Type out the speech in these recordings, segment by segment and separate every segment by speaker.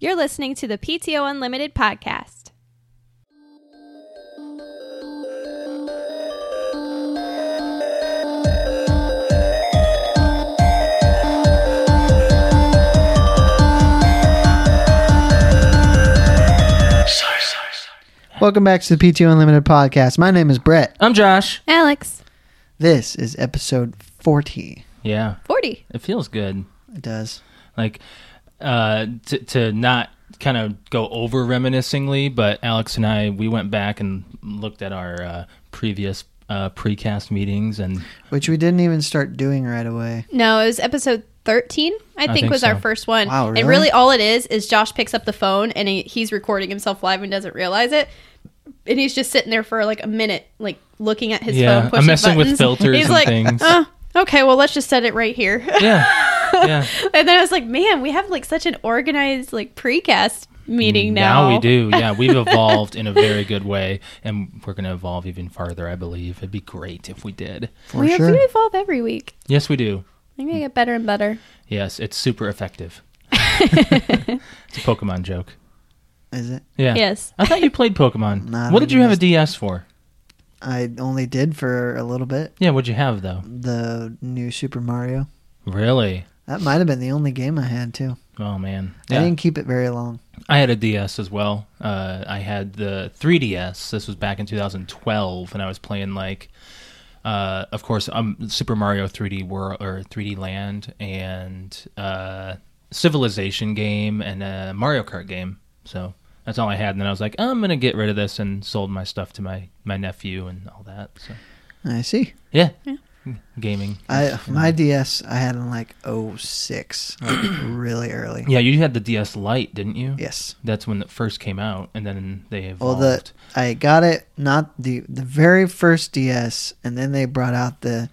Speaker 1: You're listening to the PTO Unlimited podcast.
Speaker 2: Welcome back to the PTO Unlimited podcast. My name is Brett.
Speaker 3: I'm Josh.
Speaker 1: Alex,
Speaker 2: This is episode 40.
Speaker 3: Yeah,
Speaker 1: 40.
Speaker 3: it feels good.
Speaker 2: It does.
Speaker 3: Like uh, to to not kind of go over reminiscingly, but Alex and I we went back and looked at our uh, previous uh, precast meetings, and
Speaker 2: Which we didn't even start doing right away.
Speaker 1: No, it was episode 13, I think,
Speaker 3: think
Speaker 1: was our
Speaker 3: so.
Speaker 1: first one.
Speaker 2: Wow,
Speaker 1: And
Speaker 2: really?
Speaker 1: really, all it is is Josh picks up the phone and he, he's recording himself live and doesn't realize it. And he's just sitting there for like a minute, like looking at his
Speaker 3: Yeah,
Speaker 1: phone,
Speaker 3: I'm
Speaker 1: pushing
Speaker 3: messing with
Speaker 1: buttons.
Speaker 3: filters
Speaker 1: he's
Speaker 3: and
Speaker 1: like,
Speaker 3: things.
Speaker 1: "Uh, okay, well, let's just set it right here.
Speaker 3: yeah, yeah.
Speaker 1: and then I was like, man, we have like such an organized like precast meeting now.
Speaker 3: Mm, Now we do. Yeah, we've evolved in a very good way, and we're going to evolve even farther. I believe it'd be great if we did.
Speaker 2: For
Speaker 1: We have
Speaker 2: sure.
Speaker 1: to evolve every week.
Speaker 3: Yes, we do.
Speaker 1: I'm gonna get better and better.
Speaker 3: Yes, it's super effective. it's a Pokemon joke.
Speaker 2: Is it?
Speaker 3: Yeah.
Speaker 1: Yes.
Speaker 3: I thought you played Pokemon.
Speaker 2: Nah, I
Speaker 3: what did
Speaker 2: think
Speaker 3: you
Speaker 2: I
Speaker 3: have a
Speaker 2: just-
Speaker 3: DS for?
Speaker 2: I only did for a little bit
Speaker 3: Yeah, what'd you have though?
Speaker 2: the new Super Mario.
Speaker 3: Really?
Speaker 2: That might have been the only game I had, too.
Speaker 3: Oh man.
Speaker 2: I
Speaker 3: Yeah.
Speaker 2: didn't keep it very long.
Speaker 3: I had a DS as well. Uh, I had the 3DS. This was back in 2012, and I was playing like, uh, of course, um, Super Mario 3D World or 3D Land and uh, Civilization game and a Mario Kart game. So that's all I had. And then I was like, I'm gonna get rid of this, and sold my stuff to my my nephew and all that. So
Speaker 2: I see.
Speaker 3: yeah, gaming.
Speaker 2: I My DS, I had in like 06, like really early.
Speaker 3: Yeah, you had the DS Lite, didn't you?
Speaker 2: Yes.
Speaker 3: That's when it first came out, and then they
Speaker 2: Well,
Speaker 3: evolved.
Speaker 2: the I got it not the the very first DS, and then they brought out the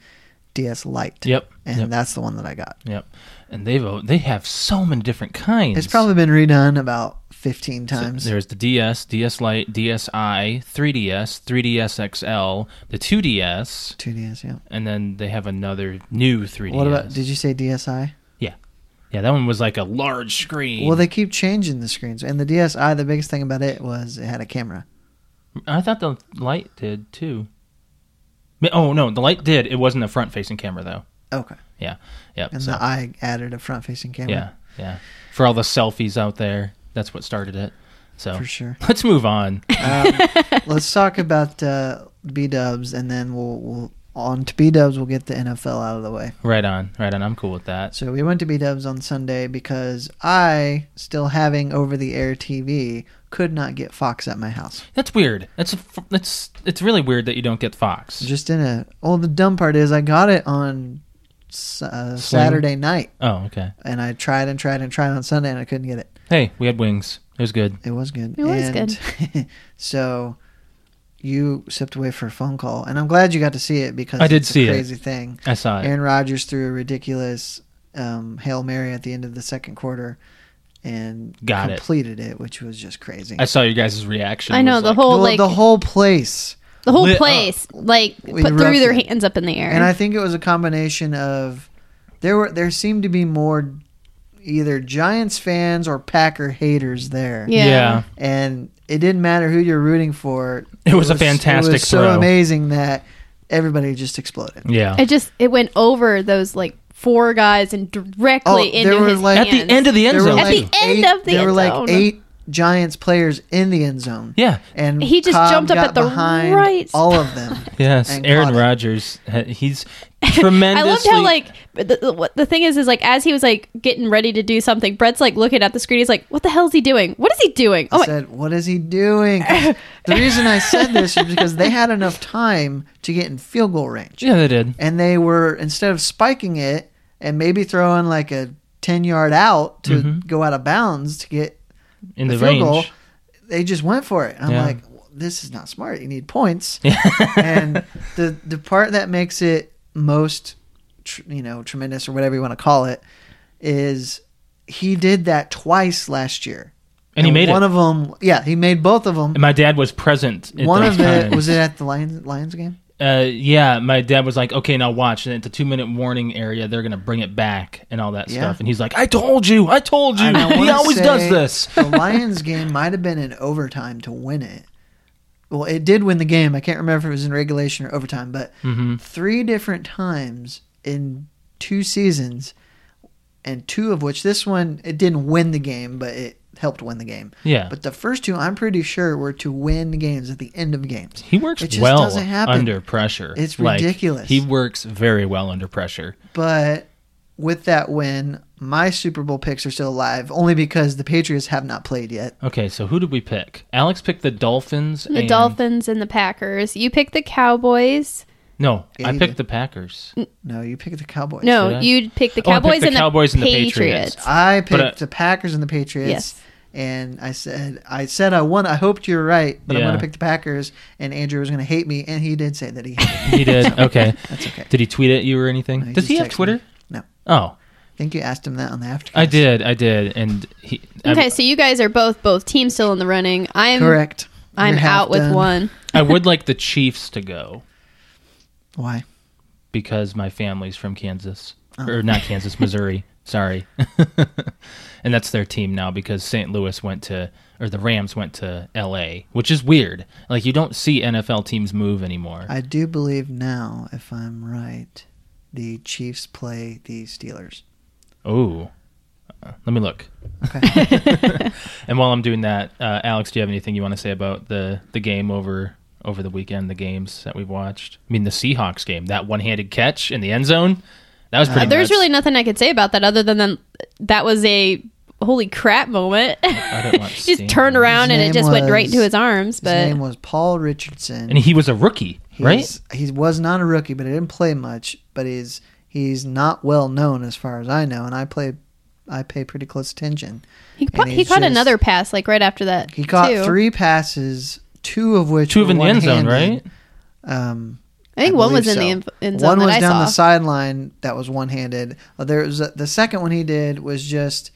Speaker 2: DS Lite.
Speaker 3: Yep.
Speaker 2: and
Speaker 3: yep.
Speaker 2: that's the one that I got.
Speaker 3: Yep. And they've oh, they have so many different kinds.
Speaker 2: It's probably been redone about fifteen
Speaker 3: So
Speaker 2: times.
Speaker 3: There's the DS, DS Lite, DSi, 3DS, 3DS XL, the 2DS,
Speaker 2: Two DS, yeah.
Speaker 3: and then they have another new 3DS.
Speaker 2: What about? Did you say DSi?
Speaker 3: Yeah, that one was like a large screen.
Speaker 2: Well, they keep changing the screens, and the DSi. The biggest thing about it was it had a camera.
Speaker 3: I thought the Lite did too. Ma- Oh no, the Lite did. It wasn't a front-facing camera though.
Speaker 2: Okay,
Speaker 3: Yep.
Speaker 2: and
Speaker 3: so-
Speaker 2: the I added a front-facing
Speaker 3: yeah,
Speaker 2: camera.
Speaker 3: yeah. For all the selfies out there, that's what started it. So
Speaker 2: for sure.
Speaker 3: let's move on.
Speaker 2: Um, let's talk about uh, B Dubs, and then we'll, we'll on to B Dubs. We'll get the NFL out of the way.
Speaker 3: Right on, right on. I'm cool with that.
Speaker 2: So we went to B Dubs on Sunday because I, still having over the air TV, could not get Fox at my house.
Speaker 3: That's weird. That's that's it's really weird that you don't get Fox.
Speaker 2: Just in a. Well, the dumb part is I got it on s- uh, Saturday night
Speaker 3: oh, okay.
Speaker 2: and I tried and tried and tried on Sunday and I couldn't get it.
Speaker 3: Hey, we had wings. It was good.
Speaker 2: It was good.
Speaker 1: It was
Speaker 2: and good. so you stepped away for a phone call and I'm glad you got to see it because
Speaker 3: I did
Speaker 2: it's
Speaker 3: see
Speaker 2: a
Speaker 3: it.
Speaker 2: crazy thing.
Speaker 3: I saw it.
Speaker 2: Aaron Rodgers threw a ridiculous um, Hail Mary at the end of the second quarter and
Speaker 3: Got it.
Speaker 2: completed it. which was just crazy.
Speaker 3: I saw your guys' reaction.
Speaker 1: I know
Speaker 3: was
Speaker 1: the
Speaker 3: like-
Speaker 1: whole
Speaker 2: Well,
Speaker 1: like
Speaker 2: the whole place.
Speaker 1: the whole
Speaker 3: lit up.
Speaker 1: place like
Speaker 2: uh, We
Speaker 1: put, threw their
Speaker 2: erupted.
Speaker 1: hands up in the air.
Speaker 2: And I think it was a combination of there were there seemed to be more either Giants fans or Packer haters there.
Speaker 1: Yeah.
Speaker 3: Yeah.
Speaker 2: And it didn't matter who you're rooting for.
Speaker 3: It was a fantastic
Speaker 2: It was so
Speaker 3: throw.
Speaker 2: amazing that everybody just exploded.
Speaker 3: yeah.
Speaker 1: It just it went over those like four guys and directly
Speaker 2: Oh,
Speaker 1: into
Speaker 2: there were,
Speaker 1: his
Speaker 2: like-
Speaker 3: At
Speaker 1: hands.
Speaker 3: the end of the end
Speaker 2: There were
Speaker 3: zone.
Speaker 1: At
Speaker 3: too.
Speaker 1: the end
Speaker 2: eight-
Speaker 1: of the
Speaker 2: there
Speaker 1: end
Speaker 2: were like
Speaker 1: zone.
Speaker 2: eight Giants players in the end zone.
Speaker 3: yeah.
Speaker 2: And
Speaker 1: He just
Speaker 2: Cobb
Speaker 1: jumped up
Speaker 2: got
Speaker 1: at the
Speaker 2: behind
Speaker 1: right
Speaker 2: all of them.
Speaker 3: Yes.
Speaker 2: and
Speaker 3: Aaron
Speaker 2: caught it.
Speaker 3: Rodgers. ha- He's
Speaker 1: I
Speaker 3: tremendously.
Speaker 1: loved how like the, the, what- the thing is is like as he was like getting ready to do something, Brett's like looking at the screen. He's like, "What the hell is he doing? What is he doing?" Oh,
Speaker 2: I
Speaker 1: my,
Speaker 2: said, "What is he doing?" 'Cause The reason I said this is because they had enough time to get in field goal range,
Speaker 3: Yeah, they did.
Speaker 2: and they were instead of spiking it and maybe throwing like a ten yard out to go out of bounds to get
Speaker 3: In
Speaker 2: the,
Speaker 3: the,
Speaker 2: field
Speaker 3: range.
Speaker 2: goal, they just went for it. And I'm
Speaker 3: Yeah.
Speaker 2: like, "Well, "This is not smart. You need points." and the the part that makes it most, tr- you know, tremendous or whatever you want to call it, is he did that twice last year.
Speaker 3: And he made
Speaker 2: one
Speaker 3: it.
Speaker 2: of them. Yeah, he made both of them.
Speaker 3: and my dad was present. At
Speaker 2: One
Speaker 3: those
Speaker 2: of it
Speaker 3: times.
Speaker 2: was it at the Lions Lions game?
Speaker 3: uh, yeah, my dad was like, "Okay, now watch." And at the two minute warning area, they're gonna bring it back and all that
Speaker 2: Yeah.
Speaker 3: stuff. And he's like, "I told you, I told you."
Speaker 2: And I
Speaker 3: he
Speaker 2: wanna
Speaker 3: always
Speaker 2: say
Speaker 3: does this.
Speaker 2: the Lions game might have been in overtime to win it. Well, it did win the game. I can't remember if it was in regulation or overtime, but
Speaker 3: Mm-hmm.
Speaker 2: three different times in two seasons, and two of which this one it didn't win the game, but it helped win the game.
Speaker 3: Yeah.
Speaker 2: But the first two, I'm pretty sure, were to win games at the end of games.
Speaker 3: He works
Speaker 2: It just
Speaker 3: well
Speaker 2: doesn't happen.
Speaker 3: under pressure.
Speaker 2: It's
Speaker 3: Like,
Speaker 2: ridiculous.
Speaker 3: he works very well under pressure.
Speaker 2: But with that win, my Super Bowl picks are still alive, only because the Patriots have not played yet.
Speaker 3: Okay, so who did we pick? Alex picked the Dolphins.
Speaker 1: The
Speaker 3: and-
Speaker 1: Dolphins and the Packers. You picked the Cowboys.
Speaker 3: No,
Speaker 2: Yeah,
Speaker 3: I
Speaker 2: he
Speaker 3: picked
Speaker 2: did.
Speaker 3: the Packers.
Speaker 2: No, you picked the Cowboys.
Speaker 3: Should I?
Speaker 1: No, you picked the
Speaker 3: Oh, I picked
Speaker 1: Cowboys,
Speaker 3: the
Speaker 1: and, the
Speaker 3: Cowboys and the
Speaker 1: Patriots.
Speaker 3: Patriots.
Speaker 2: I picked
Speaker 3: But, uh,
Speaker 2: the Packers and the Patriots.
Speaker 1: Yes.
Speaker 2: And I said, I said I won. I hoped you were right, but I'm
Speaker 3: Yeah.
Speaker 2: going to pick the Packers. And Andrew was going to hate me, and he did say that he. Hated me.
Speaker 3: He did. Okay.
Speaker 2: That's okay.
Speaker 3: Did he tweet at you or anything?
Speaker 2: No, he
Speaker 3: Does he
Speaker 2: just
Speaker 3: have
Speaker 2: texted
Speaker 3: Twitter?
Speaker 2: me. No,
Speaker 3: Oh,
Speaker 2: I think you asked him that on the after.
Speaker 3: I did. I did. And he.
Speaker 1: Okay,
Speaker 3: I,
Speaker 1: so you guys are both both teams still in the running. I'm
Speaker 2: Correct.
Speaker 1: I'm
Speaker 2: You're half
Speaker 1: out with
Speaker 2: done.
Speaker 1: one.
Speaker 3: I would like the Chiefs to go
Speaker 2: Why?
Speaker 3: because my family's from Kansas.
Speaker 2: Uh-huh.
Speaker 3: Or not Kansas, Missouri. Sorry. and that's their team now because St. Louis went to, or the Rams went to L.A., which is weird. Like, you don't see NFL teams move anymore.
Speaker 2: I do believe now, if I'm right, the Chiefs play the Steelers.
Speaker 3: Oh, Uh, let me look. and while I'm doing that, uh, Alex, do you have anything you want to say about the the game over over the weekend? The games that we've watched. I mean, the Seahawks game, that one handed catch in the end zone. That
Speaker 2: Uh,
Speaker 3: was pretty.
Speaker 1: There's
Speaker 3: nuts.
Speaker 1: really nothing I could say about that other than that, that was a holy crap moment.
Speaker 3: I don't want
Speaker 1: Just
Speaker 3: Steen.
Speaker 1: turned around
Speaker 2: His
Speaker 1: and
Speaker 2: name
Speaker 1: it just went right
Speaker 2: was-
Speaker 1: into his arms.
Speaker 2: His
Speaker 1: But
Speaker 2: name was Paul Richardson.
Speaker 3: And he was a rookie, right?
Speaker 2: He's- He was not a rookie, but he didn't play much. But he's he's not well known as far as I know, and I play I pay pretty close attention.
Speaker 1: he,
Speaker 2: And
Speaker 1: caught- he
Speaker 2: he's
Speaker 1: caught
Speaker 2: just-
Speaker 1: another pass like right after that.
Speaker 2: He caught
Speaker 1: too.
Speaker 2: three passes, two of which
Speaker 3: Two of
Speaker 2: were
Speaker 3: in the end zone, right?
Speaker 2: one-handed. Um,
Speaker 1: I think one
Speaker 2: believe
Speaker 1: was in
Speaker 2: so.
Speaker 1: the inf- end zone
Speaker 2: One was
Speaker 1: that I
Speaker 2: down
Speaker 1: saw.
Speaker 2: the sideline that was one handed. There was a, the second one he did was just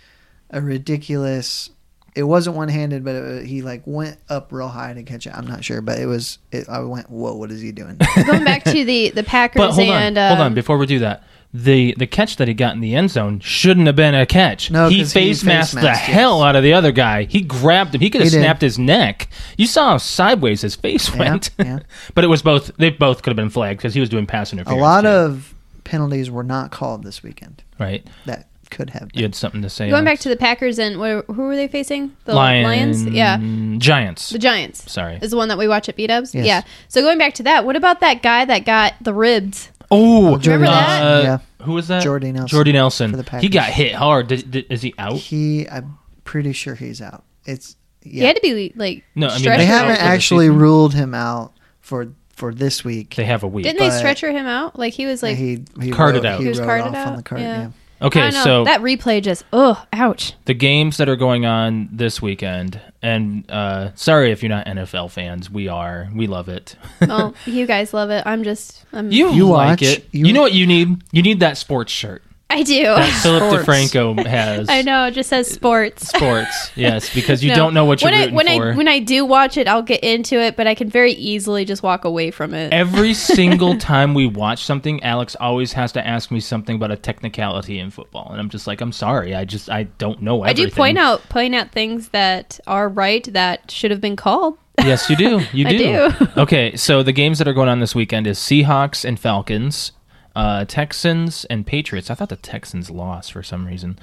Speaker 2: a ridiculous. It wasn't one handed, but it, he like went up real high to catch it. I'm not sure, but it was. It, I went, whoa, what is he doing?
Speaker 1: Going back to the the Packers
Speaker 3: But hold on,
Speaker 1: and
Speaker 3: hold
Speaker 1: um,
Speaker 3: on. Before we do that, the the catch that he got in the end zone shouldn't have been a catch.
Speaker 2: No,
Speaker 3: he
Speaker 2: 'cause he
Speaker 3: face masked the
Speaker 2: face-masked, yes.
Speaker 3: hell out of the other guy. He grabbed him. He could have
Speaker 2: He did.
Speaker 3: snapped his neck. You saw how sideways his face went.
Speaker 2: yeah.
Speaker 3: but it was both. They both could have been flagged because he was doing pass
Speaker 2: a
Speaker 3: interference.
Speaker 2: lot
Speaker 3: too,
Speaker 2: of penalties were not called this weekend.
Speaker 3: right.
Speaker 2: That could have been.
Speaker 3: You had something to say.
Speaker 1: going
Speaker 3: on
Speaker 1: back to the Packers and wh- who were they facing? The
Speaker 3: Lions,
Speaker 1: Lions, yeah,
Speaker 3: Giants.
Speaker 1: the Giants.
Speaker 3: Sorry.
Speaker 1: is the one that we watch at B Dubs.
Speaker 2: Yes.
Speaker 1: Yeah. So going back to that, what about that guy that got the ribs?
Speaker 3: Oh,
Speaker 2: Jordy
Speaker 1: Remember that?
Speaker 2: Nelson,
Speaker 3: Uh, Who was that?
Speaker 2: Jordy Nelson.
Speaker 3: Jordy Nelson.
Speaker 2: For the
Speaker 3: he
Speaker 2: Packers.
Speaker 3: got hit hard. Did, did, is he
Speaker 2: yeah.
Speaker 3: out?
Speaker 2: He, I'm pretty sure he's out. It's
Speaker 1: He
Speaker 2: yeah.
Speaker 1: had to be like
Speaker 3: No, I mean,
Speaker 1: stretchered.
Speaker 2: They
Speaker 3: Out
Speaker 2: haven't
Speaker 3: for the
Speaker 2: actually
Speaker 3: season.
Speaker 2: ruled him out for for this week.
Speaker 3: They have a week.
Speaker 1: Didn't
Speaker 2: but-
Speaker 1: they stretcher him out? Like he was like
Speaker 2: he, he
Speaker 3: Carted
Speaker 2: wrote-
Speaker 3: out.
Speaker 2: He,
Speaker 1: He was
Speaker 2: wrote
Speaker 1: carted
Speaker 2: off on
Speaker 1: out?
Speaker 2: the card.
Speaker 1: Yeah.
Speaker 2: Yeah.
Speaker 1: I
Speaker 3: okay,
Speaker 1: don't know.
Speaker 3: so
Speaker 1: that replay just oh ouch.
Speaker 3: the games that are going on this weekend, and uh, sorry if you're not NFL fans, we are. We love it.
Speaker 1: Well, you guys love it. I'm just I'm
Speaker 3: You,
Speaker 2: You
Speaker 3: like
Speaker 2: watch,
Speaker 3: it. You,
Speaker 2: you-
Speaker 3: know what you need? You need that sports shirt
Speaker 1: I do.
Speaker 3: that Philip
Speaker 2: Sports.
Speaker 3: DeFranco has.
Speaker 1: I know. It just says sports.
Speaker 3: Sports, yes, because you
Speaker 1: No.
Speaker 3: don't know what you're
Speaker 1: when
Speaker 3: rooting
Speaker 1: I, when
Speaker 3: for.
Speaker 1: I when I do watch it, I'll get into it, but I can very easily just walk away from it.
Speaker 3: Every single time we watch something, Alex always has to ask me something about a technicality in football, and I'm just like, I'm sorry, I just I don't know.
Speaker 1: I do
Speaker 3: Everything.
Speaker 1: point out point out things that are right that should have been called.
Speaker 3: Yes, you do. You do.
Speaker 1: I do.
Speaker 3: okay, so the games that are going on this weekend is Seahawks and Falcons, uh, Texans and Patriots. I thought the Texans lost for some reason.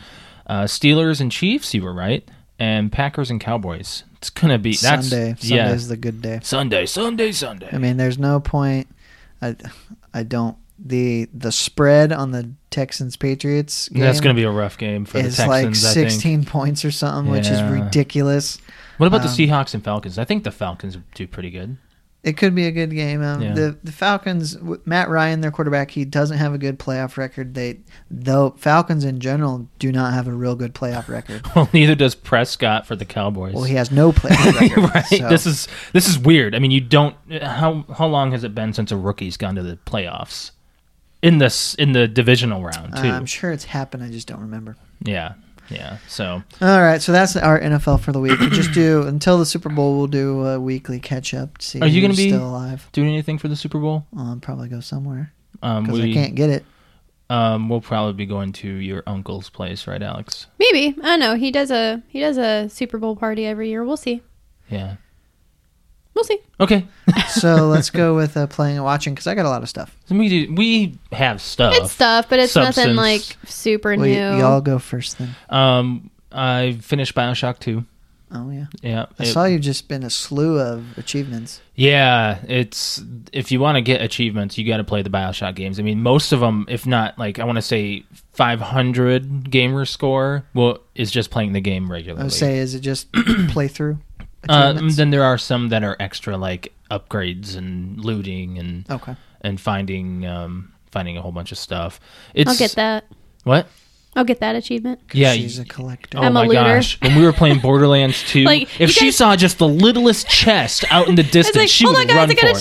Speaker 3: Uh, Steelers and Chiefs. You were right, and Packers and Cowboys. It's gonna be that's
Speaker 2: Sunday.
Speaker 3: yeah
Speaker 2: Sunday's the good day.
Speaker 3: Sunday Sunday Sunday.
Speaker 2: I mean, there's no point. I, I don't. The the spread on the Texans Patriots game
Speaker 3: that's gonna be a rough game for the
Speaker 2: is
Speaker 3: Texans.
Speaker 2: like
Speaker 3: I think.
Speaker 2: 16 points or something, which is
Speaker 3: Yeah.
Speaker 2: ridiculous.
Speaker 3: What about the
Speaker 2: Um,
Speaker 3: Seahawks and Falcons? I think the Falcons do pretty good.
Speaker 2: It could be a good game. Um,
Speaker 3: Yeah.
Speaker 2: The the Falcons, w- Matt Ryan, their quarterback, he doesn't have a good playoff record. They though Falcons in general do not have a real good playoff record.
Speaker 3: Well, neither does Prescott for the Cowboys.
Speaker 2: Well, he has no playoff record.
Speaker 3: right.
Speaker 2: so-
Speaker 3: This is this is weird. I mean, you don't. How how long has it been since a rookie's gone to the playoffs? In this in the divisional round too.
Speaker 2: Um, I'm sure it's happened. I just don't remember.
Speaker 3: yeah. Yeah. So
Speaker 2: All right, so that's our NFL for the week. We just do until the Super Bowl. We'll do a weekly catch up. to See,
Speaker 3: Are you gonna
Speaker 2: who's
Speaker 3: be-
Speaker 2: still alive?
Speaker 3: doing anything for the Super Bowl?
Speaker 2: I'll probably go somewhere
Speaker 3: Um,
Speaker 2: because
Speaker 3: we
Speaker 2: I can't get it.
Speaker 3: um, we'll probably be going to your uncle's place, right, Alex?
Speaker 1: Maybe I don't know. He does a he does a Super Bowl party every year. We'll see.
Speaker 3: Yeah.
Speaker 1: We'll see.
Speaker 3: Okay.
Speaker 2: So let's go with uh, playing and watching because I got a lot of stuff.
Speaker 3: So we do, we have stuff.
Speaker 1: It's stuff, but it's nothing
Speaker 3: Substance.
Speaker 1: like super
Speaker 2: Well,
Speaker 1: new.
Speaker 2: y- y'all go first then.
Speaker 3: Um, I finished Bioshock Two.
Speaker 2: Oh yeah,
Speaker 3: Yeah.
Speaker 2: I
Speaker 3: it-
Speaker 2: saw you've just been a slew of achievements.
Speaker 3: Yeah, it's if you want to get achievements, you got to play the BioShock games. I mean, most of them, if not like I want to say 500 gamer score, well, is just playing the game regularly.
Speaker 2: I would say, is it just playthrough?
Speaker 3: Uh,
Speaker 2: achievements?
Speaker 3: then there are some that are extra like upgrades and looting and
Speaker 2: okay.
Speaker 3: and finding um finding a whole bunch of stuff. It's
Speaker 1: I'll get that.
Speaker 3: What?
Speaker 1: I'll get that achievement.
Speaker 3: Yeah,
Speaker 2: she's a collector.
Speaker 3: Oh
Speaker 1: I'm a
Speaker 3: my
Speaker 1: looter.
Speaker 3: gosh! When we were playing Borderlands 2,
Speaker 1: Like, you
Speaker 3: if she
Speaker 1: guys-
Speaker 3: saw just the littlest chest out in the
Speaker 1: It's
Speaker 3: distance,
Speaker 1: like,
Speaker 3: she
Speaker 1: oh
Speaker 3: would
Speaker 1: my
Speaker 3: run
Speaker 1: god, I got
Speaker 3: for
Speaker 1: a
Speaker 3: it.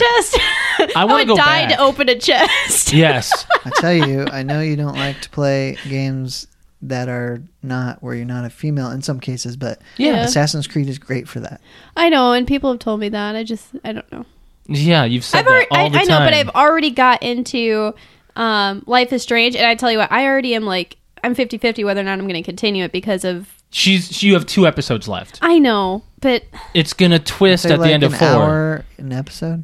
Speaker 1: chest.
Speaker 3: I wanna
Speaker 1: would
Speaker 3: go
Speaker 1: die
Speaker 3: back.
Speaker 1: to open a chest.
Speaker 3: Yes,
Speaker 2: I tell you, I know you don't like to play games that are not where you're not a female in some cases, but
Speaker 1: Yeah.
Speaker 2: Assassin's Creed is great for that.
Speaker 1: I know, and people have told me that. I just I don't know.
Speaker 3: yeah, you've said
Speaker 1: I've
Speaker 3: that
Speaker 1: already,
Speaker 3: all
Speaker 1: I,
Speaker 3: the
Speaker 1: I
Speaker 3: time.
Speaker 1: know, but I've already got into um, Life is Strange, and I tell you what, I already am like I'm 50-50 whether or not I'm going to continue it because of
Speaker 3: She's she, you have two episodes left.
Speaker 1: I know, but
Speaker 3: It's gonna twist
Speaker 2: They're
Speaker 3: at the
Speaker 2: like
Speaker 3: end of
Speaker 2: an
Speaker 3: four.
Speaker 2: hour an episode.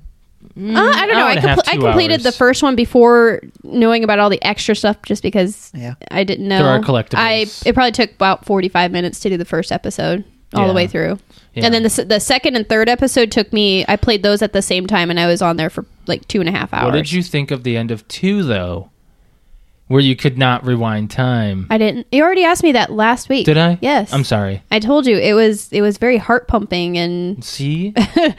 Speaker 3: Mm,
Speaker 1: uh, I don't know.
Speaker 3: hour
Speaker 1: I,
Speaker 3: and a half,
Speaker 1: compl- I
Speaker 3: two
Speaker 1: completed
Speaker 3: hours.
Speaker 1: the first one before knowing about all the extra stuff, just because
Speaker 2: Yeah.
Speaker 1: I didn't know.
Speaker 3: There are collectibles.
Speaker 1: I it probably took about forty five minutes to do the first episode all
Speaker 3: Yeah.
Speaker 1: the way through,
Speaker 3: Yeah.
Speaker 1: and then the s- the second and third episode took me. I played those at the same time, and I was on there for like two and a half hours.
Speaker 3: What did you think of the end of two though? Where you could not rewind time.
Speaker 1: I didn't. You already asked me that last week.
Speaker 3: Did I?
Speaker 1: Yes.
Speaker 3: I'm sorry.
Speaker 1: I told you it was it was very heart pumping and
Speaker 3: See?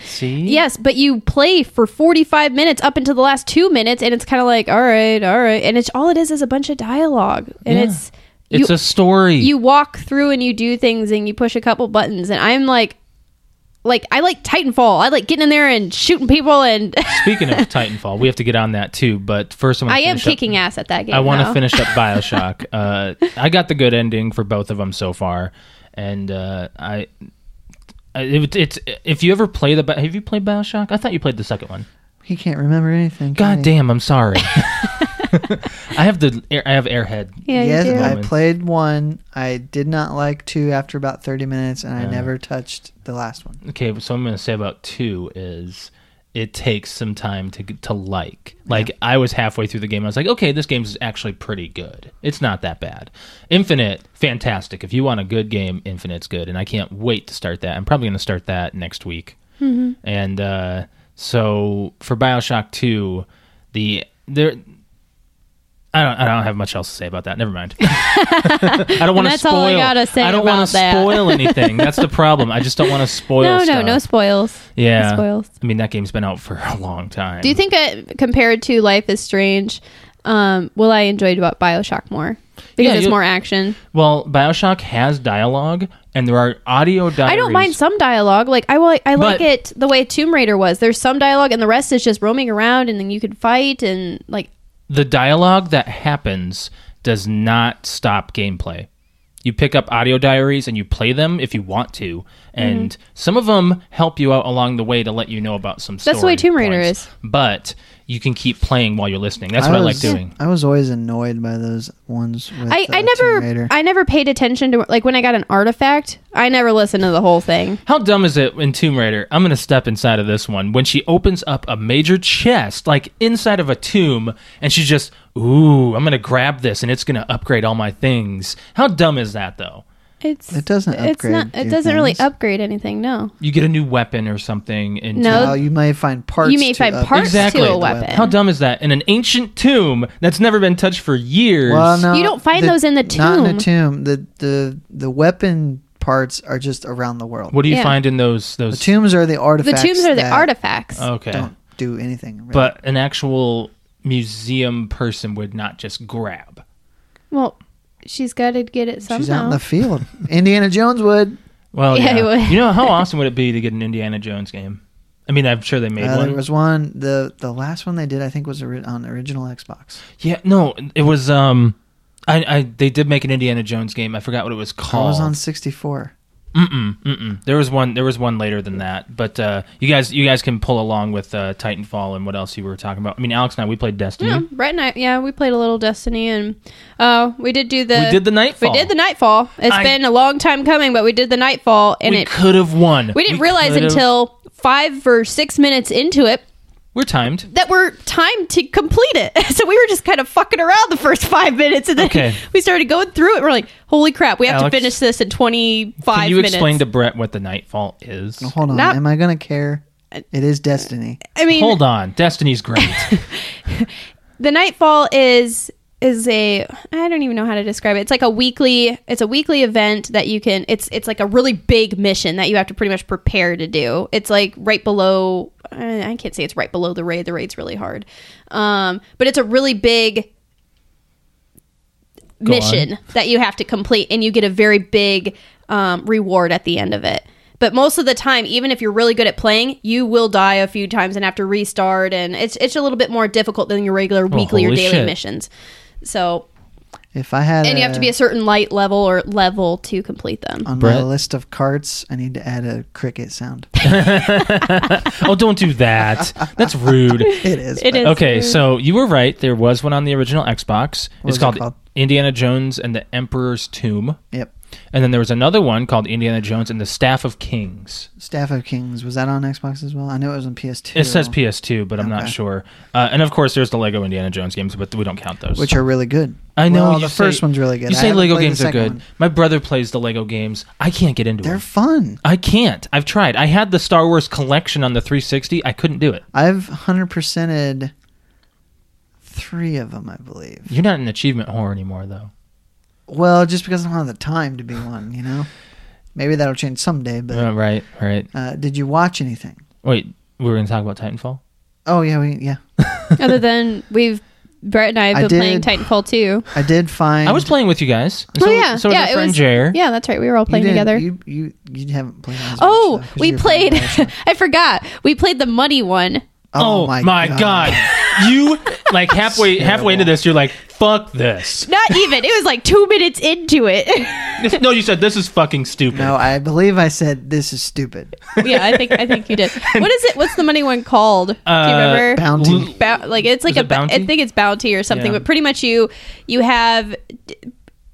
Speaker 3: See?
Speaker 1: yes, but you play for 45 minutes up until the last 2 minutes and it's kind of like all right, all right and it's all it is is a bunch of dialogue and
Speaker 3: Yeah.
Speaker 1: it's you,
Speaker 3: It's a story.
Speaker 1: you walk through and you do things and you push a couple buttons and I'm like like I like Titanfall. I like getting in there and shooting people and
Speaker 3: Speaking of Titanfall, we have to get on that too. But first, I'm gonna
Speaker 1: I am
Speaker 3: finish up-
Speaker 1: kicking ass at that game.
Speaker 3: I want to
Speaker 1: though.
Speaker 3: finish up Bioshock. uh, I got the good ending for both of them so far, and uh, I. I- It, it's if you ever play the Bi- have you played Bioshock? I thought you played the second one.
Speaker 2: He can't remember anything. can
Speaker 3: God
Speaker 2: he?
Speaker 3: damn, I'm sorry. I have the air, I have Airhead.
Speaker 1: Yeah, you
Speaker 2: yes,
Speaker 1: do.
Speaker 2: I
Speaker 3: do.
Speaker 2: played one. I did not like two after about 30 minutes, and I
Speaker 3: Yeah.
Speaker 2: never touched the last one.
Speaker 3: Okay, so I'm going to say about two is it takes some time to to like. Like I was halfway through the game, I was like, okay, this game's actually pretty good. It's not that bad. Infinite, fantastic. If you want a good game, Infinite's good, and I can't wait to start that. I'm probably going to start that next week.
Speaker 1: Mm-hmm.
Speaker 3: And uh, so for Bioshock Two, the there. I don't, I don't have much else to say about that. Never mind. I don't want to
Speaker 1: That's
Speaker 3: spoil.
Speaker 1: all I gotta say
Speaker 3: I don't wanna
Speaker 1: about that.
Speaker 3: spoil anything. That's the problem. I just don't want to spoil.
Speaker 1: No, no,
Speaker 3: stuff.
Speaker 1: no spoils.
Speaker 3: Yeah.
Speaker 1: Spoils.
Speaker 3: I mean, that game's been out for a long time.
Speaker 1: Do you think uh compared to Life is Strange, um, will I enjoy Bi- Bioshock more because
Speaker 3: Yeah,
Speaker 1: it's
Speaker 3: you-
Speaker 1: more action?
Speaker 3: Well, Bioshock has dialogue, and there are audio diaries.
Speaker 1: I don't mind some dialogue. Like I like I like
Speaker 3: But-
Speaker 1: it the way Tomb Raider was. There's some dialogue, and the rest is just roaming around, and then you could fight and like.
Speaker 3: the dialogue that happens does not stop gameplay. You pick up audio diaries and you play them if you want to, and
Speaker 1: Mm-hmm.
Speaker 3: some of them help you out along the way to let you know about some.
Speaker 1: That's the way
Speaker 3: story
Speaker 1: Tomb Raider
Speaker 3: points.
Speaker 1: is.
Speaker 3: But you can keep playing while you're listening. That's what
Speaker 2: was,
Speaker 3: I like doing.
Speaker 2: I was always annoyed by those ones. With,
Speaker 1: I,
Speaker 2: uh,
Speaker 1: I
Speaker 2: Tomb
Speaker 1: never
Speaker 2: Raider.
Speaker 1: I never paid attention to like when I got an artifact I never listened to the whole thing
Speaker 3: How dumb is it in Tomb Raider? I'm gonna step inside of this one when she opens up a major chest, like inside of a tomb, and she's just, ooh, I'm gonna grab this and it's gonna upgrade all my things. How dumb is that though?
Speaker 1: it's
Speaker 2: It doesn't
Speaker 1: it's not
Speaker 2: upgrade
Speaker 1: it
Speaker 2: your
Speaker 1: doesn't really
Speaker 2: things.
Speaker 1: upgrade anything no
Speaker 3: You get a new weapon or something. And
Speaker 1: No,
Speaker 2: Well, you may find parts.
Speaker 1: you may
Speaker 2: to
Speaker 1: find
Speaker 2: up-
Speaker 1: parts
Speaker 3: Exactly.
Speaker 1: to a weapon
Speaker 3: how dumb is that? In an ancient tomb that's never been touched for years.
Speaker 2: Well, no,
Speaker 1: You don't find those in the
Speaker 2: Not in
Speaker 1: tomb.
Speaker 2: the tomb. The the the weapon parts are just around the world.
Speaker 3: What do you
Speaker 1: Yeah.
Speaker 3: find in those
Speaker 2: The
Speaker 3: those
Speaker 2: tombs are the
Speaker 1: the
Speaker 2: artifacts.
Speaker 1: tombs are the
Speaker 2: that
Speaker 1: artifacts
Speaker 3: Okay.
Speaker 2: Don't do anything. Really.
Speaker 3: But an actual museum person would not just grab.
Speaker 1: well she's got to get it somehow
Speaker 2: she's out in the field. Indiana Jones would.
Speaker 3: Well,
Speaker 1: Yeah,
Speaker 3: yeah.
Speaker 1: it would.
Speaker 3: you know how awesome would it be to get an Indiana Jones game? I mean, I'm sure they made
Speaker 2: Uh,
Speaker 3: one.
Speaker 2: there was one. the The last one they did, I think, was ori- on original Xbox.
Speaker 3: Yeah, no, it was um I, I they did make an Indiana Jones game. I forgot what it was
Speaker 2: I
Speaker 3: called.
Speaker 2: was on 64.
Speaker 3: Mm-mm, mm-mm. There was one. There was one later than that. But uh, you guys, you guys can pull along with uh, Titanfall and what else you were talking about. I mean, Alex and I we played Destiny.
Speaker 1: Yeah, Brett and I, yeah, we played a little Destiny, and uh, we did do the
Speaker 3: We did the Nightfall.
Speaker 1: We did the Nightfall. It's
Speaker 3: I-
Speaker 1: been a long time coming, but we did the Nightfall, and
Speaker 3: we
Speaker 1: it
Speaker 3: could have won.
Speaker 1: we didn't realize
Speaker 3: could've-
Speaker 1: until five or six minutes into it
Speaker 3: we're timed.
Speaker 1: that we're timed to complete it. so we were just kind of fucking around the first five minutes, and then
Speaker 3: Okay.
Speaker 1: we started going through it. We're like, "Holy crap, we have
Speaker 3: Alex,
Speaker 1: to finish this in twenty
Speaker 3: Can
Speaker 1: five
Speaker 3: you
Speaker 1: minutes."
Speaker 3: explain to Brett what the Nightfall is?
Speaker 2: Hold on.
Speaker 1: Not- Uh,
Speaker 2: Am I going to care? It is Destiny.
Speaker 1: I mean,
Speaker 3: Hold on, Destiny's great.
Speaker 1: the nightfall is is a i don't even know how to describe it it's like a weekly it's a weekly event that you can it's it's like a really big mission that you have to pretty much prepare to do it's like right below i I can't say it's right below the raid the raid's really hard um but it's a really big
Speaker 3: Go on.
Speaker 1: mission that you have to complete and you get a very big um, reward at the end of it but most of the time even if you're really good at playing you will die a few times and have to restart and it's it's a little bit more difficult than your regular weekly or
Speaker 3: Oh, holy
Speaker 1: daily
Speaker 3: shit.
Speaker 1: missions so
Speaker 2: If I had
Speaker 1: and you have to be a certain light level or level to complete them
Speaker 2: on my
Speaker 3: Brett?
Speaker 2: list of carts, I need to add a cricket sound.
Speaker 3: oh, don't do that. That's rude.
Speaker 2: It is.
Speaker 1: it is
Speaker 3: Okay, so you were right. There was one on the original Xbox. it's
Speaker 2: was it
Speaker 3: called,
Speaker 2: called?
Speaker 3: Indiana Jones and the Emperor's Tomb.
Speaker 2: Yep.
Speaker 3: And then there was another one called Indiana Jones and the Staff of Kings.
Speaker 2: Staff of Kings was that on Xbox as well? I know it was on PS2.
Speaker 3: It says PS2, but I'm not
Speaker 2: Okay.
Speaker 3: sure. Uh, and of course, there's the Lego Indiana Jones games, but we don't count those.
Speaker 2: which are really good.
Speaker 3: I know
Speaker 2: Well,
Speaker 3: you
Speaker 2: the
Speaker 3: say-
Speaker 2: first one's really good.
Speaker 3: You
Speaker 2: I
Speaker 3: say
Speaker 2: haven't
Speaker 3: Lego
Speaker 2: played the
Speaker 3: games are
Speaker 2: second
Speaker 3: good.
Speaker 2: one.
Speaker 3: My brother plays the Lego games. I can't get into
Speaker 2: They're
Speaker 3: them.
Speaker 2: fun.
Speaker 3: I can't. I've tried. I had the Star Wars collection on the 360. I couldn't do it.
Speaker 2: I've hundred percented three of them, I believe.
Speaker 3: You're not an achievement whore anymore, though.
Speaker 2: Well, just because I don't have the time to be one, you know. Maybe that'll change someday. But
Speaker 3: Uh, right, right.
Speaker 2: uh, did you watch anything?
Speaker 3: Wait, we were going to talk about Titanfall?
Speaker 2: Oh yeah, we, yeah.
Speaker 1: other than we've brett and i
Speaker 2: I
Speaker 1: have been playing
Speaker 2: did-
Speaker 1: titanfall 2
Speaker 2: I did find.
Speaker 3: I was playing with you guys. And
Speaker 1: Oh,
Speaker 3: so,
Speaker 1: yeah.
Speaker 3: So was
Speaker 1: Yeah,
Speaker 3: our
Speaker 1: it
Speaker 3: friend
Speaker 1: was-
Speaker 3: Jer.
Speaker 1: yeah that's right we were all playing
Speaker 2: you didn't-
Speaker 1: together
Speaker 2: You you you haven't played. as much,
Speaker 1: oh
Speaker 2: though, 'cause
Speaker 1: we
Speaker 2: you were playing
Speaker 1: played
Speaker 2: Bioshock.
Speaker 1: i forgot we played the muddy one
Speaker 3: Oh, my, god. you like halfway halfway into this, you're like, fuck this.
Speaker 1: not even it was like two minutes into it
Speaker 3: This- no, you said this is fucking stupid.
Speaker 2: No, I believe I said this is stupid.
Speaker 1: yeah, I think I think you did. What is it? What's the money one called? Do you
Speaker 3: Uh,
Speaker 1: remember?
Speaker 2: Bounty.
Speaker 3: Lu-
Speaker 1: Bou- like it's like
Speaker 3: Is
Speaker 1: a
Speaker 3: it Bounty?
Speaker 1: I think it's bounty or something.
Speaker 3: Yeah.
Speaker 1: But pretty much you you have d-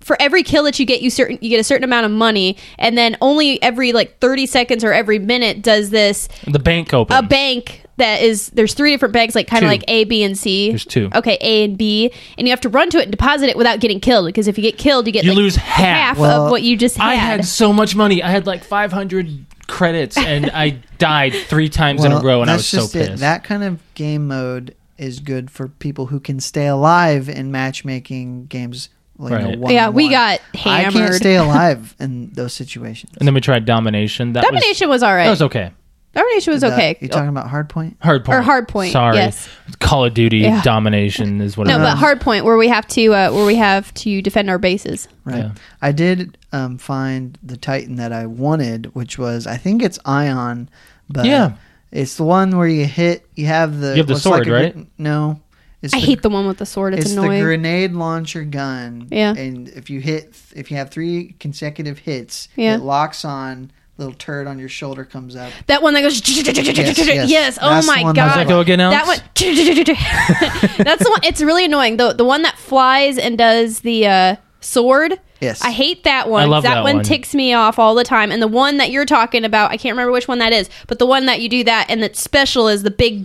Speaker 1: for every kill that you get, you certain you get a certain amount of money, and then only every like thirty seconds or every minute does this
Speaker 3: the bank open.
Speaker 1: a bank that is there's three different banks like kind
Speaker 3: Two.
Speaker 1: of like A, B, and C.
Speaker 3: There's two.
Speaker 1: Okay, A and B, and you have to run to it and deposit it without getting killed because if you get killed, you get
Speaker 3: You
Speaker 1: like,
Speaker 3: lose half.
Speaker 1: of
Speaker 2: Well,
Speaker 1: what you just had.
Speaker 3: I had so much money. I had like 500 credits and I died three times in a row and I was
Speaker 2: that's
Speaker 3: so
Speaker 2: just it.
Speaker 3: pissed.
Speaker 2: That kind of game mode is good for people who can stay alive in matchmaking games. Like
Speaker 3: Right.
Speaker 2: a one
Speaker 1: Yeah, we got
Speaker 2: I can't
Speaker 1: hammered.
Speaker 2: stay alive in those situations.
Speaker 3: and then we tried domination. That
Speaker 1: Domination was, all
Speaker 3: was
Speaker 1: right.
Speaker 3: that was okay.
Speaker 1: Domination was
Speaker 2: The-
Speaker 1: okay.
Speaker 2: You talking about Hardpoint?
Speaker 3: Hard point.
Speaker 1: Or hard point,
Speaker 3: Sorry.
Speaker 1: yes.
Speaker 3: Call of Duty
Speaker 1: Yeah.
Speaker 3: domination is what
Speaker 1: No,
Speaker 3: it
Speaker 2: Uh-huh.
Speaker 1: but
Speaker 3: was.
Speaker 1: hard point where we have to uh, where we have to defend our bases.
Speaker 2: Right.
Speaker 3: Yeah.
Speaker 2: I did um, find the Titan that I wanted, which was I think it's Ion, but
Speaker 3: Yeah.
Speaker 2: it's the one where you hit. You have the
Speaker 3: You have the
Speaker 2: looks like
Speaker 3: sword,
Speaker 2: a gr-
Speaker 3: right?
Speaker 2: No, it's
Speaker 1: I hate the one with the sword. It's,
Speaker 2: it's the
Speaker 1: annoying.
Speaker 2: grenade launcher gun.
Speaker 1: Yeah.
Speaker 2: And if you hit, if you have three consecutive hits,
Speaker 1: Yeah.
Speaker 2: it locks on. Little turret on your shoulder comes up.
Speaker 1: that one that goes. Yes.
Speaker 2: yes.
Speaker 1: Oh
Speaker 2: That's the
Speaker 1: my
Speaker 2: one
Speaker 1: god.
Speaker 2: that-
Speaker 3: How's that go again, Alex?
Speaker 1: That one. That's the one. It's really annoying. The the one that flies and does the uh, sword.
Speaker 2: Yes.
Speaker 1: I hate that one.
Speaker 3: I love that
Speaker 1: one,
Speaker 3: one.
Speaker 1: ticks me off all the time. And the one that you're talking about, I can't remember which one that is, but the one that you do that and that special is the big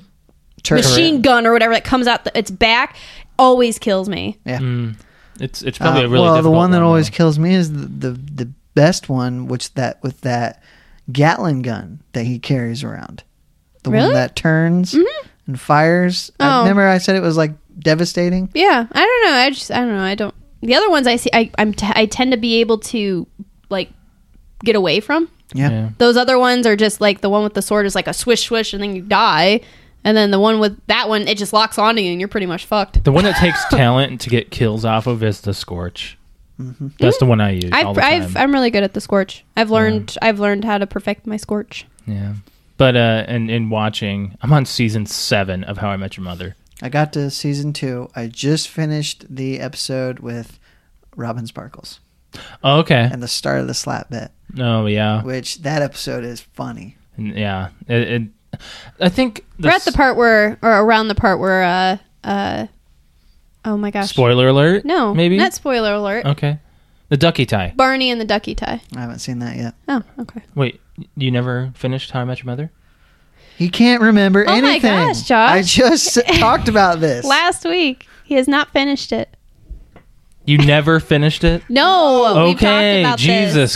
Speaker 2: Turret.
Speaker 1: machine gun or whatever that comes out the, its back always kills me.
Speaker 2: Yeah.
Speaker 3: It's, it's
Speaker 2: Uh,
Speaker 3: probably a really
Speaker 2: well, the
Speaker 3: difficult
Speaker 2: one that always
Speaker 3: though.
Speaker 2: kills me is the, the the best one, which that with that Gatlin gun that he carries around, the one
Speaker 1: Really? Mm-hmm.
Speaker 2: that turns and fires.
Speaker 1: Oh.
Speaker 2: I remember I said it was like devastating.
Speaker 1: Yeah, I don't know. I just I don't know. I don't. The other ones I see, I I'm t- I tend to be able to like get away from.
Speaker 2: Yeah.
Speaker 3: Yeah.
Speaker 1: Those other ones are just like the one with the sword is like a swish swish and then you die, and then the one with that one it just locks onto you and you're pretty much fucked.
Speaker 3: The one that takes talent to get kills off of is the Scorch. That's the one I use all
Speaker 1: Mm-hmm. I've,
Speaker 3: the time.
Speaker 1: I've I'm really good at the scorch. I've learned I've learned how to perfect my scorch.
Speaker 3: yeah. But uh, in, in watching, I'm on season seven of How I Met Your Mother.
Speaker 2: I got to season two. I just finished the episode with Robin Sparkles
Speaker 3: Oh, okay.
Speaker 2: and the start of the slap bit,
Speaker 3: Oh, yeah.
Speaker 2: which that episode is funny.
Speaker 3: N- Yeah. It, it, I think the
Speaker 1: We're at the part where, or around the part where, uh, uh, oh my
Speaker 3: s-
Speaker 1: gosh.
Speaker 3: spoiler alert.
Speaker 1: No,
Speaker 3: Maybe. Uh.
Speaker 1: Not spoiler alert.
Speaker 3: okay. The ducky tie.
Speaker 1: Barney and the ducky tie.
Speaker 2: I haven't seen that yet.
Speaker 1: Oh, okay.
Speaker 3: Wait, you never finished How I Met Your Mother?
Speaker 2: He can't remember
Speaker 1: Oh my
Speaker 2: anything.
Speaker 1: gosh, Josh.
Speaker 2: I just talked about this.
Speaker 1: Last week, he has not finished it.
Speaker 3: You never finished it?
Speaker 1: No. Oh, we've talked
Speaker 3: Okay,
Speaker 1: about this.
Speaker 3: Jesus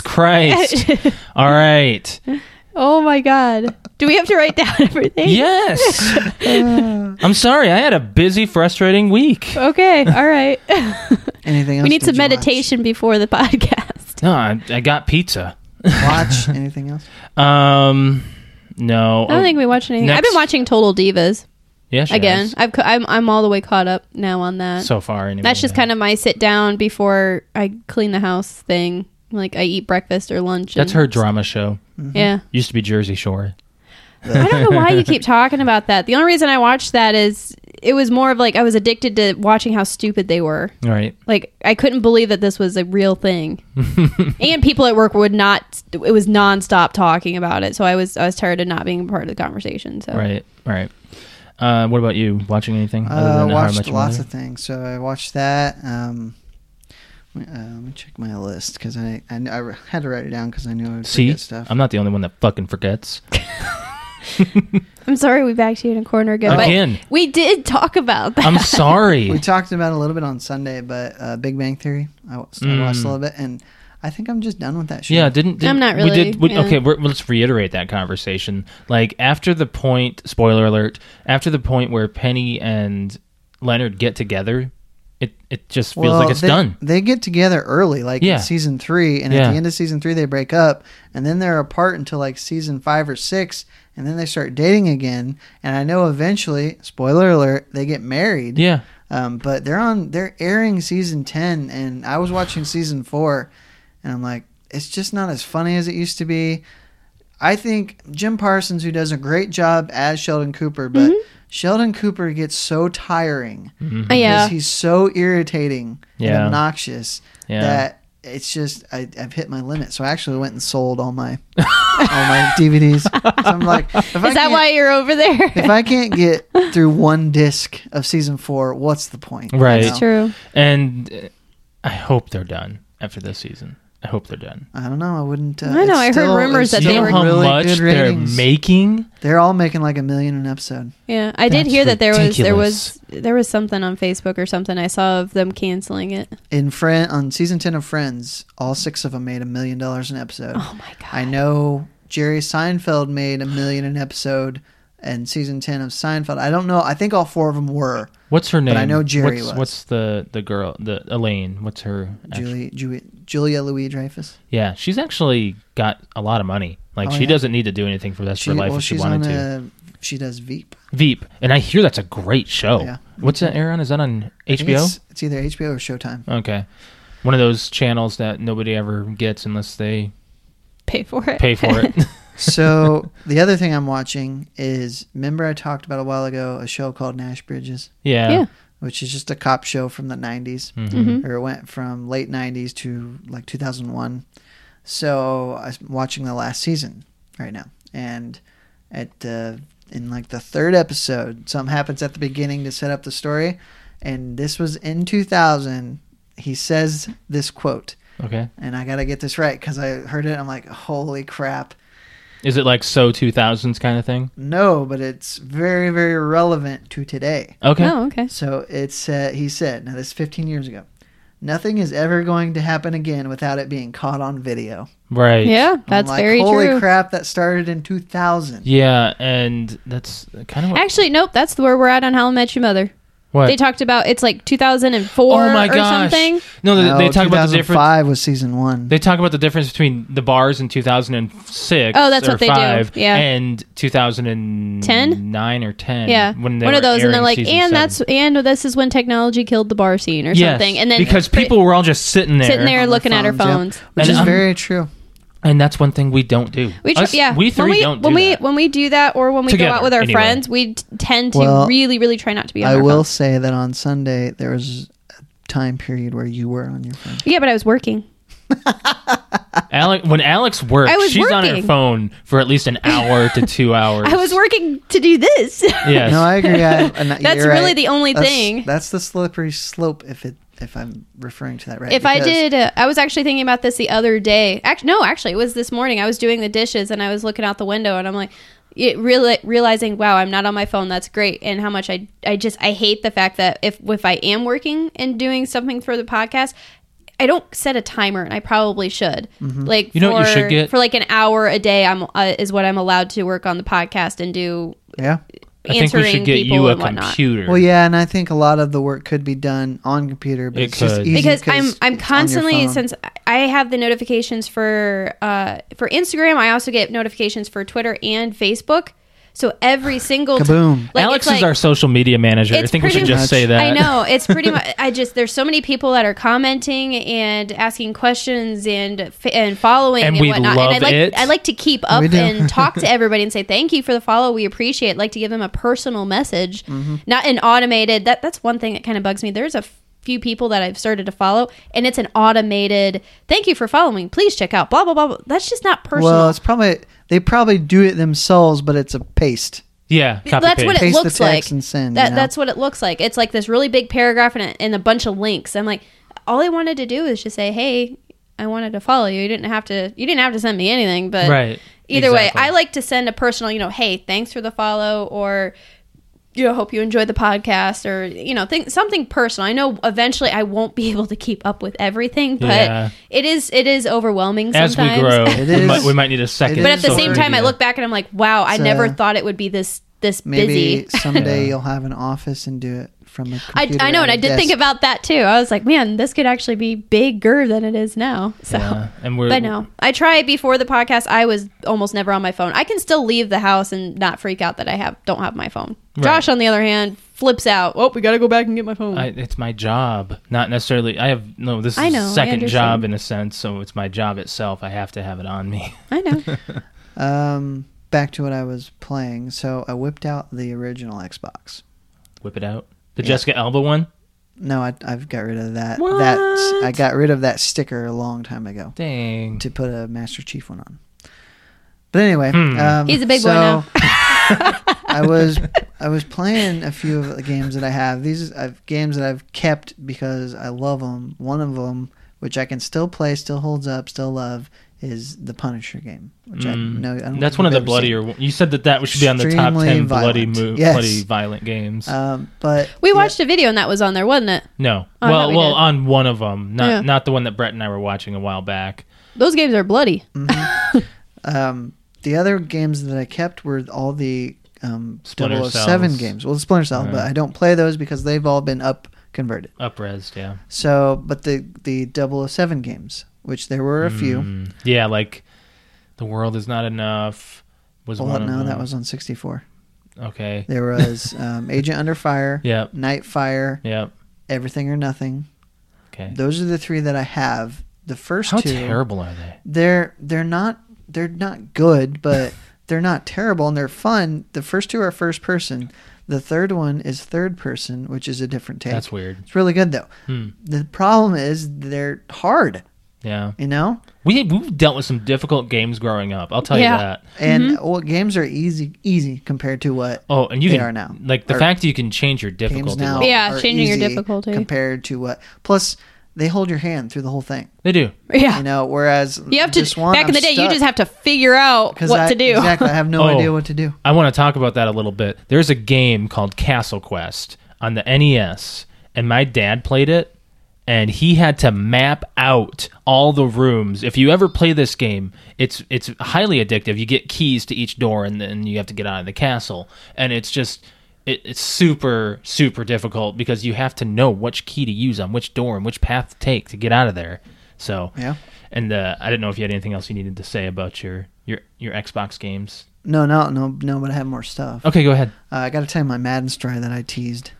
Speaker 3: Christ. All right.
Speaker 1: oh my God. Do we have to write down everything? Uh,
Speaker 3: Yes. I'm sorry. I had a busy, frustrating week.
Speaker 1: Okay. All right.
Speaker 2: anything else?
Speaker 1: we need
Speaker 2: did
Speaker 1: some
Speaker 2: you watch?
Speaker 1: meditation before the podcast.
Speaker 3: No, I, I got pizza.
Speaker 2: Watch anything else?
Speaker 3: Um, no.
Speaker 1: I don't think we watched anything. I've
Speaker 3: Next-
Speaker 1: been watching Total Divas
Speaker 3: Yeah, she
Speaker 1: again.
Speaker 3: has.
Speaker 1: I've, ca- I'm I'm all the way caught up now on that.
Speaker 3: So far, anyway.
Speaker 1: That's just kind of my sit down before I clean the house thing. Like I eat breakfast or lunch.
Speaker 3: That's
Speaker 1: and-
Speaker 3: her drama show.
Speaker 1: Yeah.
Speaker 3: Used to be Jersey Shore.
Speaker 1: I don't know why you keep talking about that. The only reason I watched that is it was more of like I was addicted to watching how stupid they were.
Speaker 3: All right.
Speaker 1: Like I couldn't believe that this was a real thing. and people at work would not it was nonstop talking about it. So I was I was tired of not being a part of the conversation. So
Speaker 3: Right. All right. Uh, what about you? Watching anything?
Speaker 2: Uh,
Speaker 3: How I
Speaker 2: watched
Speaker 3: Met Your
Speaker 2: lots
Speaker 3: Mother?
Speaker 2: of things. So I watched that. Um, let me- uh, let me check my list because I, I kn- I had to write it down because I knew I would
Speaker 3: See,
Speaker 2: forget stuff.
Speaker 3: I'm not the only one that fucking forgets.
Speaker 1: I'm sorry we backed you in a corner again.
Speaker 3: Again.
Speaker 1: But we did talk about that.
Speaker 3: I'm sorry.
Speaker 2: we talked about it a little bit on Sunday, but uh, Big Bang Theory. I watched, I watched
Speaker 3: Mm.
Speaker 2: a little bit, and I think I'm just done with that show.
Speaker 3: Yeah, didn't, didn't-
Speaker 1: not
Speaker 3: We
Speaker 1: really,
Speaker 3: did, we,
Speaker 1: yeah.
Speaker 3: Okay, we're, let's reiterate that conversation. Like after the point, spoiler alert. After the point where Penny and Leonard get together, it it just feels like it's
Speaker 2: they,
Speaker 3: done.
Speaker 2: They get together early, like
Speaker 3: Yeah.
Speaker 2: in season three, and
Speaker 3: Yeah.
Speaker 2: at the end of season three they break up, and then they're apart until like season five or six, and then they start dating again. And I know eventually, spoiler alert, they get married.
Speaker 3: Yeah,
Speaker 2: Um, but they're on they're airing season ten, and I was watching season four, and I'm like, it's just not as funny as it used to be. I think Jim Parsons, who does a great job as Sheldon Cooper, but
Speaker 1: Mm-hmm.
Speaker 2: Sheldon Cooper gets so tiring
Speaker 3: Um,
Speaker 1: Uh, yeah.
Speaker 2: because he's so irritating
Speaker 3: Yeah.
Speaker 2: and obnoxious
Speaker 3: Yeah.
Speaker 2: that it's just I, I've hit my limit. So I actually went and sold all my all my DVDs. So I'm like, if I
Speaker 1: Is that
Speaker 2: can't-
Speaker 1: why you're over there?
Speaker 2: if I can't get through one disc of season four, what's the point?
Speaker 3: Right.
Speaker 1: It's true.
Speaker 3: and uh, I hope they're done after this season. I hope they're done.
Speaker 2: I don't know. I wouldn't. Uh,
Speaker 1: I know,
Speaker 2: it's
Speaker 1: I heard
Speaker 2: still-
Speaker 1: rumors
Speaker 2: it's
Speaker 1: that
Speaker 3: Do
Speaker 1: they
Speaker 3: you
Speaker 2: still
Speaker 3: know
Speaker 1: were-
Speaker 3: how
Speaker 2: really
Speaker 3: much
Speaker 2: good
Speaker 3: they're
Speaker 2: ratings.
Speaker 3: making?
Speaker 2: They're all making like a million an episode.
Speaker 1: Yeah, I did
Speaker 3: That's
Speaker 1: hear that there was there
Speaker 3: ridiculous.
Speaker 1: was there was something on Facebook or something I saw of them canceling it.
Speaker 2: In friend on season ten of Friends, all six of them made a million dollars an episode.
Speaker 1: Oh my god.
Speaker 2: I know Jerry Seinfeld made a million an episode, and season ten of Seinfeld. I don't know. I think all four of them were
Speaker 3: What's her name?
Speaker 2: I know Jerry
Speaker 3: What's,
Speaker 2: was.
Speaker 3: what's the the girl? The Elaine. What's her? act-
Speaker 2: Julie, Julie, Julia Louis Dreyfus.
Speaker 3: Yeah, she's actually got a lot of money. Like
Speaker 2: Oh,
Speaker 3: she
Speaker 2: yeah.
Speaker 3: doesn't need to do anything for the rest of her life if she wanted to.
Speaker 2: A, uh, she does Veep.
Speaker 3: Veep, and I hear that's a great show.
Speaker 2: Yeah.
Speaker 3: What's that air on? Is that on
Speaker 2: I think
Speaker 3: HBO?
Speaker 2: It's, it's either HBO or Showtime.
Speaker 3: Okay, one of those channels that nobody ever gets unless they
Speaker 1: Pay for it.
Speaker 3: pay for it.
Speaker 2: so the other thing I'm watching is remember I talked about a while ago a show called Nash Bridges.
Speaker 3: yeah.
Speaker 1: Yeah.
Speaker 2: which is just a cop show from the 90s or it went from late 90s to like 2001 so i'm watching the last season right now and at the in like the third episode something happens at the beginning to set up the story and this was in 2000 he says this quote
Speaker 3: Okay.
Speaker 2: and i gotta get this right because i heard it i'm like holy crap
Speaker 3: Is it like so two thousands kind of thing?
Speaker 2: no but it's very very relevant to today
Speaker 3: Okay.
Speaker 1: Oh, okay.
Speaker 2: So it's uh, he said. Now this is 15 years ago. Nothing is ever going to happen again without it being caught on video.
Speaker 3: Right.
Speaker 1: Yeah,
Speaker 2: I'm
Speaker 1: that's
Speaker 2: like,
Speaker 1: very
Speaker 2: Holy
Speaker 1: true.
Speaker 2: crap! That started in 2000.
Speaker 3: Yeah, and that's kind of what.
Speaker 1: Actually, nope. That's where we're at on How I Met Your Mother.
Speaker 3: what?
Speaker 1: They talked about it's like 2004
Speaker 3: oh my
Speaker 1: or
Speaker 3: gosh!
Speaker 1: something.
Speaker 3: No, they,
Speaker 2: No,
Speaker 3: they talk about the difference.
Speaker 2: 2005 was season one.
Speaker 3: They talk about the difference between the bars in two thousand and six.
Speaker 1: Oh, that's
Speaker 3: or
Speaker 1: what they do.
Speaker 3: five
Speaker 1: Yeah.
Speaker 3: And two thousand and nine or ten.
Speaker 1: Yeah,
Speaker 3: When they
Speaker 1: one
Speaker 3: were
Speaker 1: of those, and they're
Speaker 3: airing
Speaker 1: like, and
Speaker 3: season seven."
Speaker 1: that's and this is when technology killed the bar scene or
Speaker 3: Yes,
Speaker 1: something. And then
Speaker 3: because
Speaker 1: pre-
Speaker 3: people were all just sitting there,
Speaker 1: sitting there
Speaker 2: On their
Speaker 1: looking at her
Speaker 2: yeah.
Speaker 1: phones.
Speaker 2: which
Speaker 3: And
Speaker 2: is
Speaker 3: I'm-
Speaker 2: very true.
Speaker 3: and that's one thing we don't do.
Speaker 1: We tr-
Speaker 3: Us-
Speaker 1: yeah,
Speaker 3: we three
Speaker 1: when we,
Speaker 3: don't
Speaker 1: when
Speaker 3: do
Speaker 1: we
Speaker 3: that.
Speaker 1: when we do that or when we
Speaker 3: Together,
Speaker 1: go out with our
Speaker 3: anyway.
Speaker 1: friends, we t- tend to
Speaker 2: Well,
Speaker 1: really really try not to be. On
Speaker 2: I
Speaker 1: our
Speaker 2: will
Speaker 1: phones.
Speaker 2: say that on Sunday there was a time period where you were on your phone.
Speaker 1: Yeah, but I was working.
Speaker 3: Alex, when Alex works,
Speaker 1: I was
Speaker 3: she's on her
Speaker 1: working.
Speaker 3: phone for at least an hour to two hours.
Speaker 1: I was working to do this.
Speaker 3: Yes.
Speaker 2: No, I agree. I, and that-
Speaker 1: That's
Speaker 2: you're
Speaker 1: really
Speaker 2: right.
Speaker 1: the only
Speaker 2: That's-
Speaker 1: thing.
Speaker 2: That's the slippery slope. If it, if I'm referring to that right.
Speaker 1: if I
Speaker 2: because
Speaker 1: did, uh, I was actually thinking about this the other day. Act- no, actually, it was this morning. I was doing the dishes and I was looking out the window and I'm like, it real- realizing, wow, I'm not on my phone. That's great. And how much I, I just, I hate the fact that if, if I am working and doing something for the podcast, I don't set a timer, and I probably should. Like,
Speaker 3: You know
Speaker 1: for,
Speaker 3: what you should get?
Speaker 1: for like an hour a day. I'm uh, is what I'm allowed to work on the podcast and do
Speaker 2: yeah.
Speaker 3: I think we should
Speaker 1: answering
Speaker 3: get
Speaker 1: people
Speaker 3: you a
Speaker 1: and whatnot.
Speaker 3: computer.
Speaker 2: Well, yeah, and I think a lot of the work could be done on computer, but
Speaker 3: It
Speaker 2: it's just
Speaker 3: could.
Speaker 2: easy
Speaker 1: because I'm I'm
Speaker 2: it's on your
Speaker 1: constantly
Speaker 2: phone.
Speaker 1: since I have the notifications for uh, for Instagram. I also get notifications for Twitter and Facebook. So every single t-
Speaker 2: Kaboom.
Speaker 1: like,
Speaker 3: Alex
Speaker 1: it's
Speaker 3: is
Speaker 1: like-
Speaker 3: our social media manager. I
Speaker 1: it's
Speaker 3: think we should
Speaker 1: pretty
Speaker 3: just
Speaker 2: much-
Speaker 3: say that.
Speaker 1: I know it's pretty much. I just there's so many people that are commenting and asking questions and f- and following
Speaker 3: And
Speaker 1: and,
Speaker 3: we
Speaker 1: whatnot.
Speaker 3: love
Speaker 1: and I like
Speaker 3: it.
Speaker 1: I like to keep up
Speaker 2: We do.
Speaker 1: and talk to everybody and say thank you for the follow. We appreciate. it." Like to give them a personal message,
Speaker 3: Mm-hmm.
Speaker 1: not an automated. That that's one thing that kind of bugs me. There's a few people that I've started to follow, and it's an automated thank you for following. Please check out blah blah blah. blah. That's just not personal.
Speaker 2: Well, it's probably they probably do it themselves, but it's a paste.
Speaker 3: Yeah, copy
Speaker 1: that's what
Speaker 3: paste.
Speaker 1: it
Speaker 2: Paste the
Speaker 1: looks
Speaker 2: text
Speaker 1: like.
Speaker 2: and send,
Speaker 1: that,
Speaker 2: you know?
Speaker 1: That's what it looks like. It's like this really big paragraph and a, and a bunch of links. I'm like, all I wanted to do is just say, hey, I wanted to follow you. You didn't have to. You didn't have to send me anything. But
Speaker 3: Right.
Speaker 1: either
Speaker 3: Exactly.
Speaker 1: way, I like to send a personal, you know, hey, thanks for the follow, or you know, hope you enjoyed the podcast, or you know, think something personal. I know eventually I won't be able to keep up with everything, but
Speaker 3: Yeah.
Speaker 1: it is it is overwhelming
Speaker 3: As we
Speaker 1: sometimes.
Speaker 3: grow,
Speaker 2: It
Speaker 3: we,
Speaker 2: is.
Speaker 3: might, we might need a second.
Speaker 2: It
Speaker 1: but
Speaker 2: is
Speaker 1: at the
Speaker 3: social
Speaker 1: same time, I
Speaker 3: media.
Speaker 1: look back and I'm like, wow, I
Speaker 2: It's,
Speaker 1: never
Speaker 2: uh,
Speaker 1: thought it would be this this
Speaker 2: Maybe
Speaker 1: busy.
Speaker 2: someday
Speaker 3: Yeah.
Speaker 2: you'll have an office and do it from a
Speaker 1: I,
Speaker 2: computer.
Speaker 1: I know,
Speaker 2: on
Speaker 1: and I
Speaker 2: your
Speaker 1: did think
Speaker 2: desk.
Speaker 1: about that too. I was like, man, this could actually be bigger than it is now. So,
Speaker 3: Yeah, and we're
Speaker 1: but no, I tried before the podcast. I was almost never on my phone. I can still leave the house and not freak out that I have don't have my phone.
Speaker 3: Right.
Speaker 1: Josh, on the other hand, flips out. Oh, we got to go back and get my phone.
Speaker 3: I, it's my job, not necessarily. I have no. This is
Speaker 1: I know, I
Speaker 3: second
Speaker 1: understand.
Speaker 3: job in a sense, so it's my job itself. I have to have it on me.
Speaker 1: I know.
Speaker 2: Um, back to what I was playing. So I whipped out the original Xbox.
Speaker 3: Whip it out. The Jessica Alba one.
Speaker 2: No, I, I've got rid of that. That I got rid of that sticker a long time ago
Speaker 3: Dang.
Speaker 2: to put a Master Chief one on. But anyway,
Speaker 3: Hmm.
Speaker 2: um,
Speaker 1: He's a big boy now.
Speaker 2: I was I was playing a few of the games that I have. These are games that I've kept because I love them. One of them, which I can still play, still holds up, still love, is the Punisher game. Which I
Speaker 3: Mm.
Speaker 2: know I don't
Speaker 3: That's
Speaker 2: think
Speaker 3: one of
Speaker 2: I've
Speaker 3: the
Speaker 2: ever seen.
Speaker 3: bloodier. one- You said that that should be on the top
Speaker 2: Extremely
Speaker 3: ten bloody,
Speaker 2: violent.
Speaker 3: mo-
Speaker 2: Yes.
Speaker 3: bloody violent games.
Speaker 2: Um, but
Speaker 1: We
Speaker 2: yeah,
Speaker 1: watched a video and that was on there, wasn't it?
Speaker 3: no,
Speaker 1: I thought
Speaker 3: well,
Speaker 1: Oh, we
Speaker 3: well,
Speaker 1: did.
Speaker 3: on one of them, not
Speaker 1: Yeah.
Speaker 3: not the one that Brett and I were watching a while back.
Speaker 1: Those games are bloody.
Speaker 2: um, the other games that I kept were all the um,
Speaker 3: Splinter
Speaker 2: 007
Speaker 3: Cells.
Speaker 2: games. Well, the Splinter Cell, but I don't play those because they've all been up converted.
Speaker 3: Upresed, yeah,
Speaker 2: So, but the the 007 games, which there were a few.
Speaker 3: Mm. yeah, like the world is not enough was
Speaker 2: Well,
Speaker 3: one of
Speaker 2: no,
Speaker 3: them.
Speaker 2: that was on 64.
Speaker 3: okay.
Speaker 2: There was um, Agent Under Fire,
Speaker 3: Yep,
Speaker 2: Night Fire,
Speaker 3: yep,
Speaker 2: Everything or Nothing.
Speaker 3: okay.
Speaker 2: Those are the three that I have. The first
Speaker 3: How
Speaker 2: two,
Speaker 3: terrible are they?
Speaker 2: they're they're not they're not good, but they're not terrible and they're fun. The first two are first person. The third one is third person, which is a different take.
Speaker 3: That's weird.
Speaker 2: it's really good though.
Speaker 3: Hmm.
Speaker 2: The problem is they're hard,
Speaker 3: Yeah,
Speaker 2: you know.
Speaker 3: we we've dealt with some difficult games growing up. I'll tell
Speaker 1: Yeah.
Speaker 3: you that.
Speaker 2: and
Speaker 3: Mm-hmm.
Speaker 2: well, games are easy easy compared to what
Speaker 3: Oh, and you
Speaker 2: They
Speaker 3: can
Speaker 2: are now.
Speaker 3: like the
Speaker 2: Or
Speaker 3: fact that you can change your
Speaker 2: games
Speaker 3: difficulty.
Speaker 2: now
Speaker 3: level.
Speaker 1: Yeah,
Speaker 2: are
Speaker 1: changing your
Speaker 2: easy
Speaker 1: difficulty.
Speaker 2: compared to what plus they hold your hand through the whole thing
Speaker 3: They do.
Speaker 1: Yeah.
Speaker 2: you know whereas
Speaker 1: Ah. you have to,
Speaker 2: this one,
Speaker 1: back in
Speaker 2: I'm
Speaker 1: the day, you
Speaker 2: stuck
Speaker 1: just have to figure out
Speaker 2: 'cause
Speaker 1: what
Speaker 2: I-
Speaker 1: to do.
Speaker 2: exactly I have no
Speaker 3: Oh.
Speaker 2: idea what to do
Speaker 3: I want to talk about that a little bit. There's a game called Castle Quest on the NES, and my dad played it, and he had to map out all the rooms. If you ever play this game, it's it's highly addictive. You get keys to each door, and then you have to get out of the castle, and it's just. It, it's super super difficult because you have to know which key to use on which door and which path to take to get out of there. So
Speaker 2: Yeah.
Speaker 3: and uh, I didn't know if you had anything else you needed to say about your your your Xbox games.
Speaker 2: no no no no but I have more stuff
Speaker 3: Okay, go ahead.
Speaker 2: uh, I gotta tell you my Madden story that I teased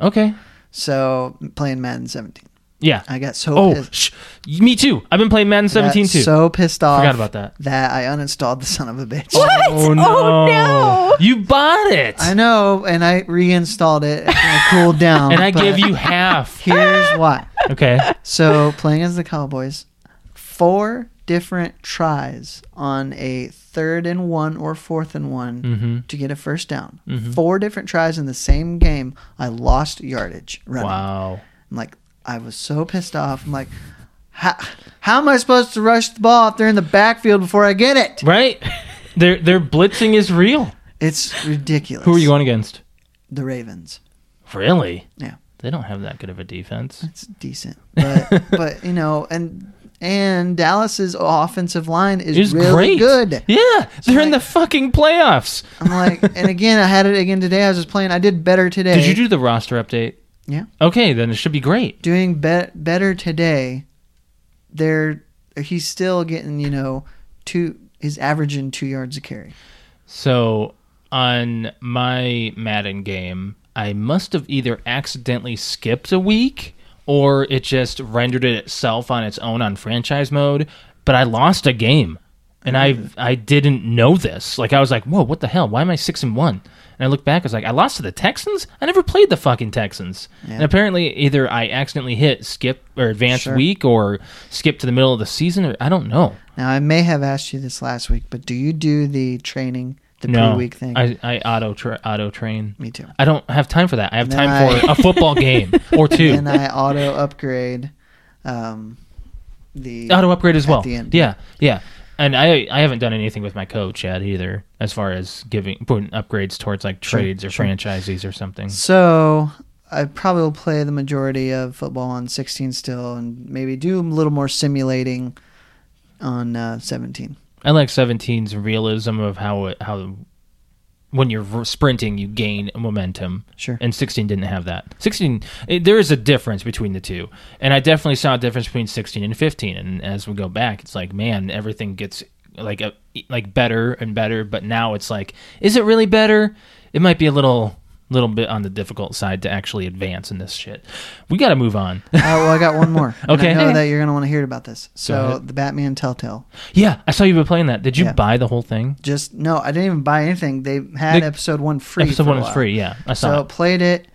Speaker 3: Okay.
Speaker 2: so playing Madden 17
Speaker 3: Yeah.
Speaker 2: I got so
Speaker 3: oh,
Speaker 2: pissed
Speaker 3: sh- me too. I've been playing Madden
Speaker 2: got
Speaker 3: 17 too.
Speaker 2: so pissed off
Speaker 3: Forgot about that.
Speaker 2: that I uninstalled the son of a bitch
Speaker 1: Oh, no.
Speaker 3: You bought it,
Speaker 2: I know and I reinstalled it and I cooled down
Speaker 3: and I
Speaker 2: but
Speaker 3: gave you half.
Speaker 2: here's why
Speaker 3: Okay.
Speaker 2: So playing as the Cowboys, four different tries on a third and one or fourth and one
Speaker 3: Mm-hmm.
Speaker 2: to get a first down. Four different tries in the same game. I lost yardage running.
Speaker 3: Wow.
Speaker 2: I'm like, I was so pissed off. I'm like, how, how am I supposed to rush the ball if they're in the backfield before I get it?
Speaker 3: Right? Their their blitzing is real.
Speaker 2: It's ridiculous.
Speaker 3: Who are you going against?
Speaker 2: The Ravens.
Speaker 3: Really?
Speaker 2: Yeah.
Speaker 3: They don't have that good of a defense.
Speaker 2: It's decent, but but you know, and and Dallas's offensive line is
Speaker 3: It's
Speaker 2: really
Speaker 3: great.
Speaker 2: good.
Speaker 3: Yeah. They're in
Speaker 2: like-
Speaker 3: the fucking playoffs.
Speaker 2: I'm like, and again, I had it again today. I was just playing. I did better today.
Speaker 3: Did you do the roster update?
Speaker 2: Yeah.
Speaker 3: Okay, then it should be great.
Speaker 2: doing be- better today? They're he's still getting you know two. He's averaging two yards a carry.
Speaker 3: So on my Madden game, I must have either accidentally skipped a week or it just rendered it itself on its own on franchise mode, but I lost a game. And
Speaker 2: Mm-hmm.
Speaker 3: I I didn't know this. Like I was like, whoa, what the hell? Why am I six and one? And I looked back, I was like, I lost to the Texans? I never played the fucking Texans. And apparently either I accidentally hit skip or advance
Speaker 2: Sure.
Speaker 3: week or skip to the middle of the season or I don't know.
Speaker 2: Now I may have asked you this last week, but do you do the training, the
Speaker 3: no,
Speaker 2: pre-week thing?
Speaker 3: I, I auto tra- auto train.
Speaker 2: Me too.
Speaker 3: I don't have time for that. I have
Speaker 2: And
Speaker 3: time
Speaker 2: then
Speaker 3: for a football game or two.
Speaker 2: And I auto upgrade. Um, the
Speaker 3: Auto upgrade as
Speaker 2: at
Speaker 3: well.
Speaker 2: the end.
Speaker 3: Yeah, yeah. And I I haven't done anything with my coach yet either, as far as giving putting upgrades towards like trades or franchisees or something.
Speaker 2: So I probably will play the majority of football on 16 still, and maybe do a little more simulating on uh, 17.
Speaker 3: I like 17's realism of how it, how when you're r- sprinting you gain momentum.
Speaker 2: Sure.
Speaker 3: And 16 didn't have that. 16 it, there is a difference between the two. And I definitely saw a difference between 16 and 15 and as we go back it's like man everything gets like a, like better and better but now it's like is it really better? It might be a little little bit on the difficult side to actually advance in this shit. We got to move on.
Speaker 2: Oh, well, I got one more. And
Speaker 3: Okay.
Speaker 2: I know
Speaker 3: Okay.
Speaker 2: that you're going to want to hear about this.
Speaker 3: Go
Speaker 2: So
Speaker 3: ahead.
Speaker 2: the Batman Telltale.
Speaker 3: yeah, I saw you were playing that. Did you
Speaker 2: Yeah.
Speaker 3: buy the whole thing?
Speaker 2: Just no, I didn't even buy anything. They had
Speaker 3: The-
Speaker 2: episode one free.
Speaker 3: Episode
Speaker 2: for a
Speaker 3: 1 is
Speaker 2: while.
Speaker 3: free. Yeah, I saw
Speaker 2: So
Speaker 3: it.
Speaker 2: played it,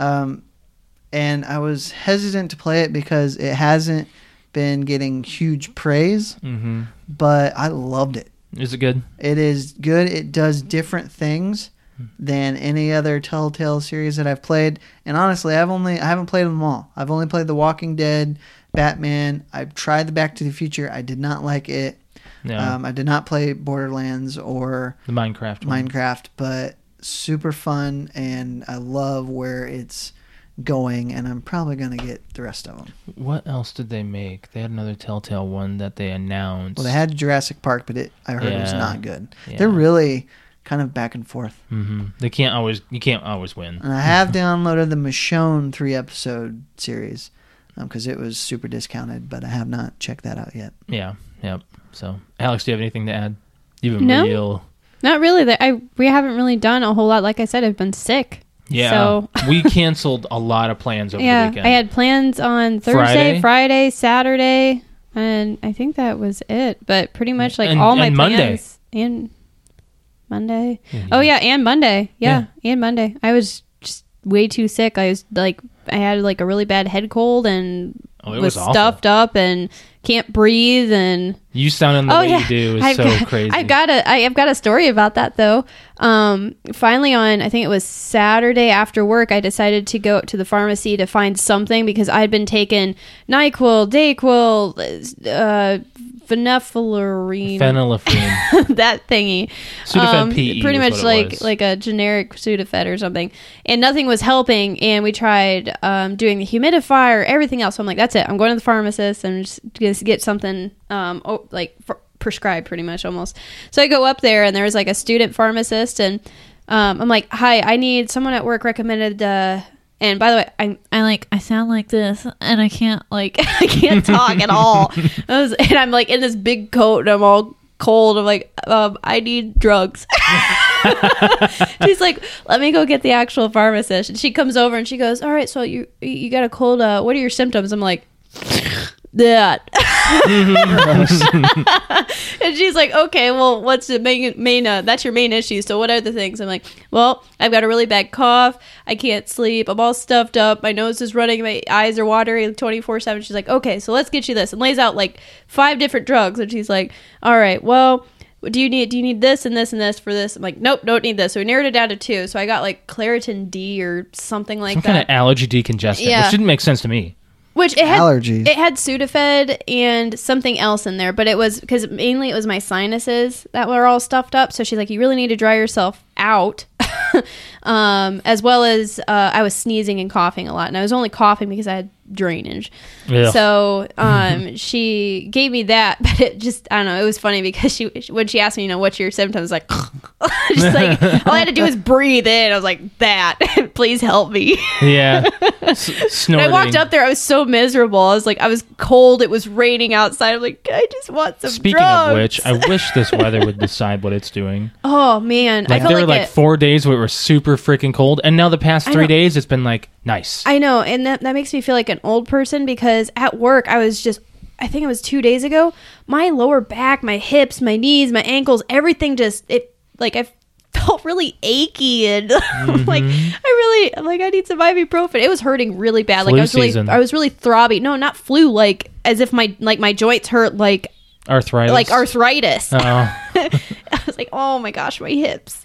Speaker 2: um, and I was hesitant to play it because it hasn't been getting huge praise,
Speaker 3: Mhm.
Speaker 2: but I loved it.
Speaker 3: Is it good?
Speaker 2: It is good. It does
Speaker 3: Mm-hmm.
Speaker 2: different things
Speaker 3: Hmm.
Speaker 2: than any other Telltale series that I've played. And honestly, I've only I haven't played them all. I've only played The Walking Dead, Batman. I've tried the Back to the Future. I did not like it.
Speaker 3: Yeah. Hmm.
Speaker 2: Um, I did not play Borderlands or
Speaker 3: The Minecraft one.
Speaker 2: Minecraft, but super fun and I love where it's going. And I'm probably gonna get the rest of them.
Speaker 3: What else did they make? They had another Telltale one that they announced.
Speaker 2: Well, they had Jurassic Park, but it I heard it was
Speaker 3: Yeah.
Speaker 2: not good.
Speaker 3: Yeah.
Speaker 2: They're really kind of back and forth.
Speaker 3: hmm They can't always. You can't always win.
Speaker 2: And I have downloaded the Michonne three episode series because it was super discounted, but I have not checked that out yet.
Speaker 3: Yeah. Yep. So, Alex, do you have anything to add? You've been
Speaker 1: No.
Speaker 3: real.
Speaker 1: Not really. That I we haven't really done a whole lot. Like I said, I've been sick.
Speaker 3: Yeah.
Speaker 1: So
Speaker 3: we canceled a lot of plans over the
Speaker 1: yeah,
Speaker 3: weekend.
Speaker 1: I had plans on
Speaker 3: Friday?
Speaker 1: Thursday, Friday, Saturday, and I think that was it. But pretty much like
Speaker 3: And-
Speaker 1: all my
Speaker 3: and Monday. Mm-hmm.
Speaker 1: plans and Monday. Oh yeah, and Monday. Yeah, and Monday. I was just way too sick. I was like, I had like a really bad head cold and
Speaker 3: Oh, it
Speaker 1: was,
Speaker 3: was awful.
Speaker 1: stuffed up and can't breathe and
Speaker 3: you sound the way you do is so
Speaker 1: got,
Speaker 3: crazy.
Speaker 1: Oh, I've got a I, I've got a story about that though. Um, finally, on I think it was Saturday after work, I decided to go to the pharmacy to find something because I had been taking Nyquil, Dayquil, uh, Venefluorine,
Speaker 3: Phenylephrine.
Speaker 1: that thingy.
Speaker 3: Sudafed PE
Speaker 1: Um, pretty
Speaker 3: was
Speaker 1: much
Speaker 3: what it
Speaker 1: like
Speaker 3: was.
Speaker 1: like a generic Sudafed or something, and nothing was helping. And we tried um, doing the humidifier, everything else. So I'm like, that's it. I'm going to the pharmacist and just, just get something um, oh, like fr- prescribed, pretty much almost. So I go up there, and there was like a student pharmacist, and um, I'm like, hi, I need someone at work recommended. Uh, and by the way, I'm
Speaker 4: I like I sound like this and I can't like
Speaker 1: I can't talk at all. I was, and I'm like in this big coat and I'm all cold. I'm like, um, I need drugs. She's like, let me go get the actual pharmacist. And she comes over and she goes, all right, so you you got a cold. Uh, what are your symptoms? I'm like, that. and she's like, okay, well, what's the main, main uh, that's your main issue. So what are the things? I'm like, well, I've got a really bad cough. I can't sleep. I'm all stuffed up. My nose is running. My eyes are watery 24 7. She's like, okay, so let's get you this. And lays out like five different drugs. And she's like, all right, well, do you need do you need this and this and this for this? I'm like, nope, don't need this. So we narrowed it down to two. So I got like Claritin D or something like
Speaker 3: Some
Speaker 1: that.
Speaker 3: kind of allergy decongestant,
Speaker 1: Yeah.
Speaker 3: which didn't make sense to me.
Speaker 1: Which it had,
Speaker 2: Allergies.
Speaker 1: It had Sudafed and something else in there, but it was because mainly it was my sinuses that were all stuffed up. So she's like, "You really need to dry yourself out," um, as well as uh, I was sneezing and coughing a lot, and I was only coughing because I had drainage.
Speaker 3: Ugh.
Speaker 1: So um, she gave me that, but it just I don't know. It was funny because she when she asked me, you know, what's your symptoms? Like, just like all I had to do was breathe in. I was like, "That, please help me."
Speaker 3: Yeah, S-
Speaker 1: And
Speaker 3: snorting.
Speaker 1: I walked up there. I was so miserable. I was like, I was cold. It was raining outside. I'm like, I just want some
Speaker 3: Speaking
Speaker 1: drugs.
Speaker 3: of which, I wish this weather would decide what it's doing.
Speaker 1: oh man, I
Speaker 3: Like
Speaker 1: felt
Speaker 3: there
Speaker 1: like,
Speaker 3: were like
Speaker 1: it.
Speaker 3: four days where it was super freaking cold, and now the past
Speaker 1: I
Speaker 3: three
Speaker 1: know.
Speaker 3: days it's been like nice.
Speaker 1: I know, and that that makes me feel like an old person because at work I was just. I think it was two days ago. My lower back, my hips, my knees, my ankles, everything just it like I felt really achy and
Speaker 3: Mm-hmm.
Speaker 1: like I really I'm like I need some ibuprofen. It was hurting really bad. like
Speaker 3: Flu
Speaker 1: I was
Speaker 3: season.
Speaker 1: really I was really throbby. No, not flu. Like as if my like my joints hurt. Like
Speaker 3: arthritis.
Speaker 1: like arthritis.
Speaker 3: Oh.
Speaker 1: I was like, oh my gosh, my hips.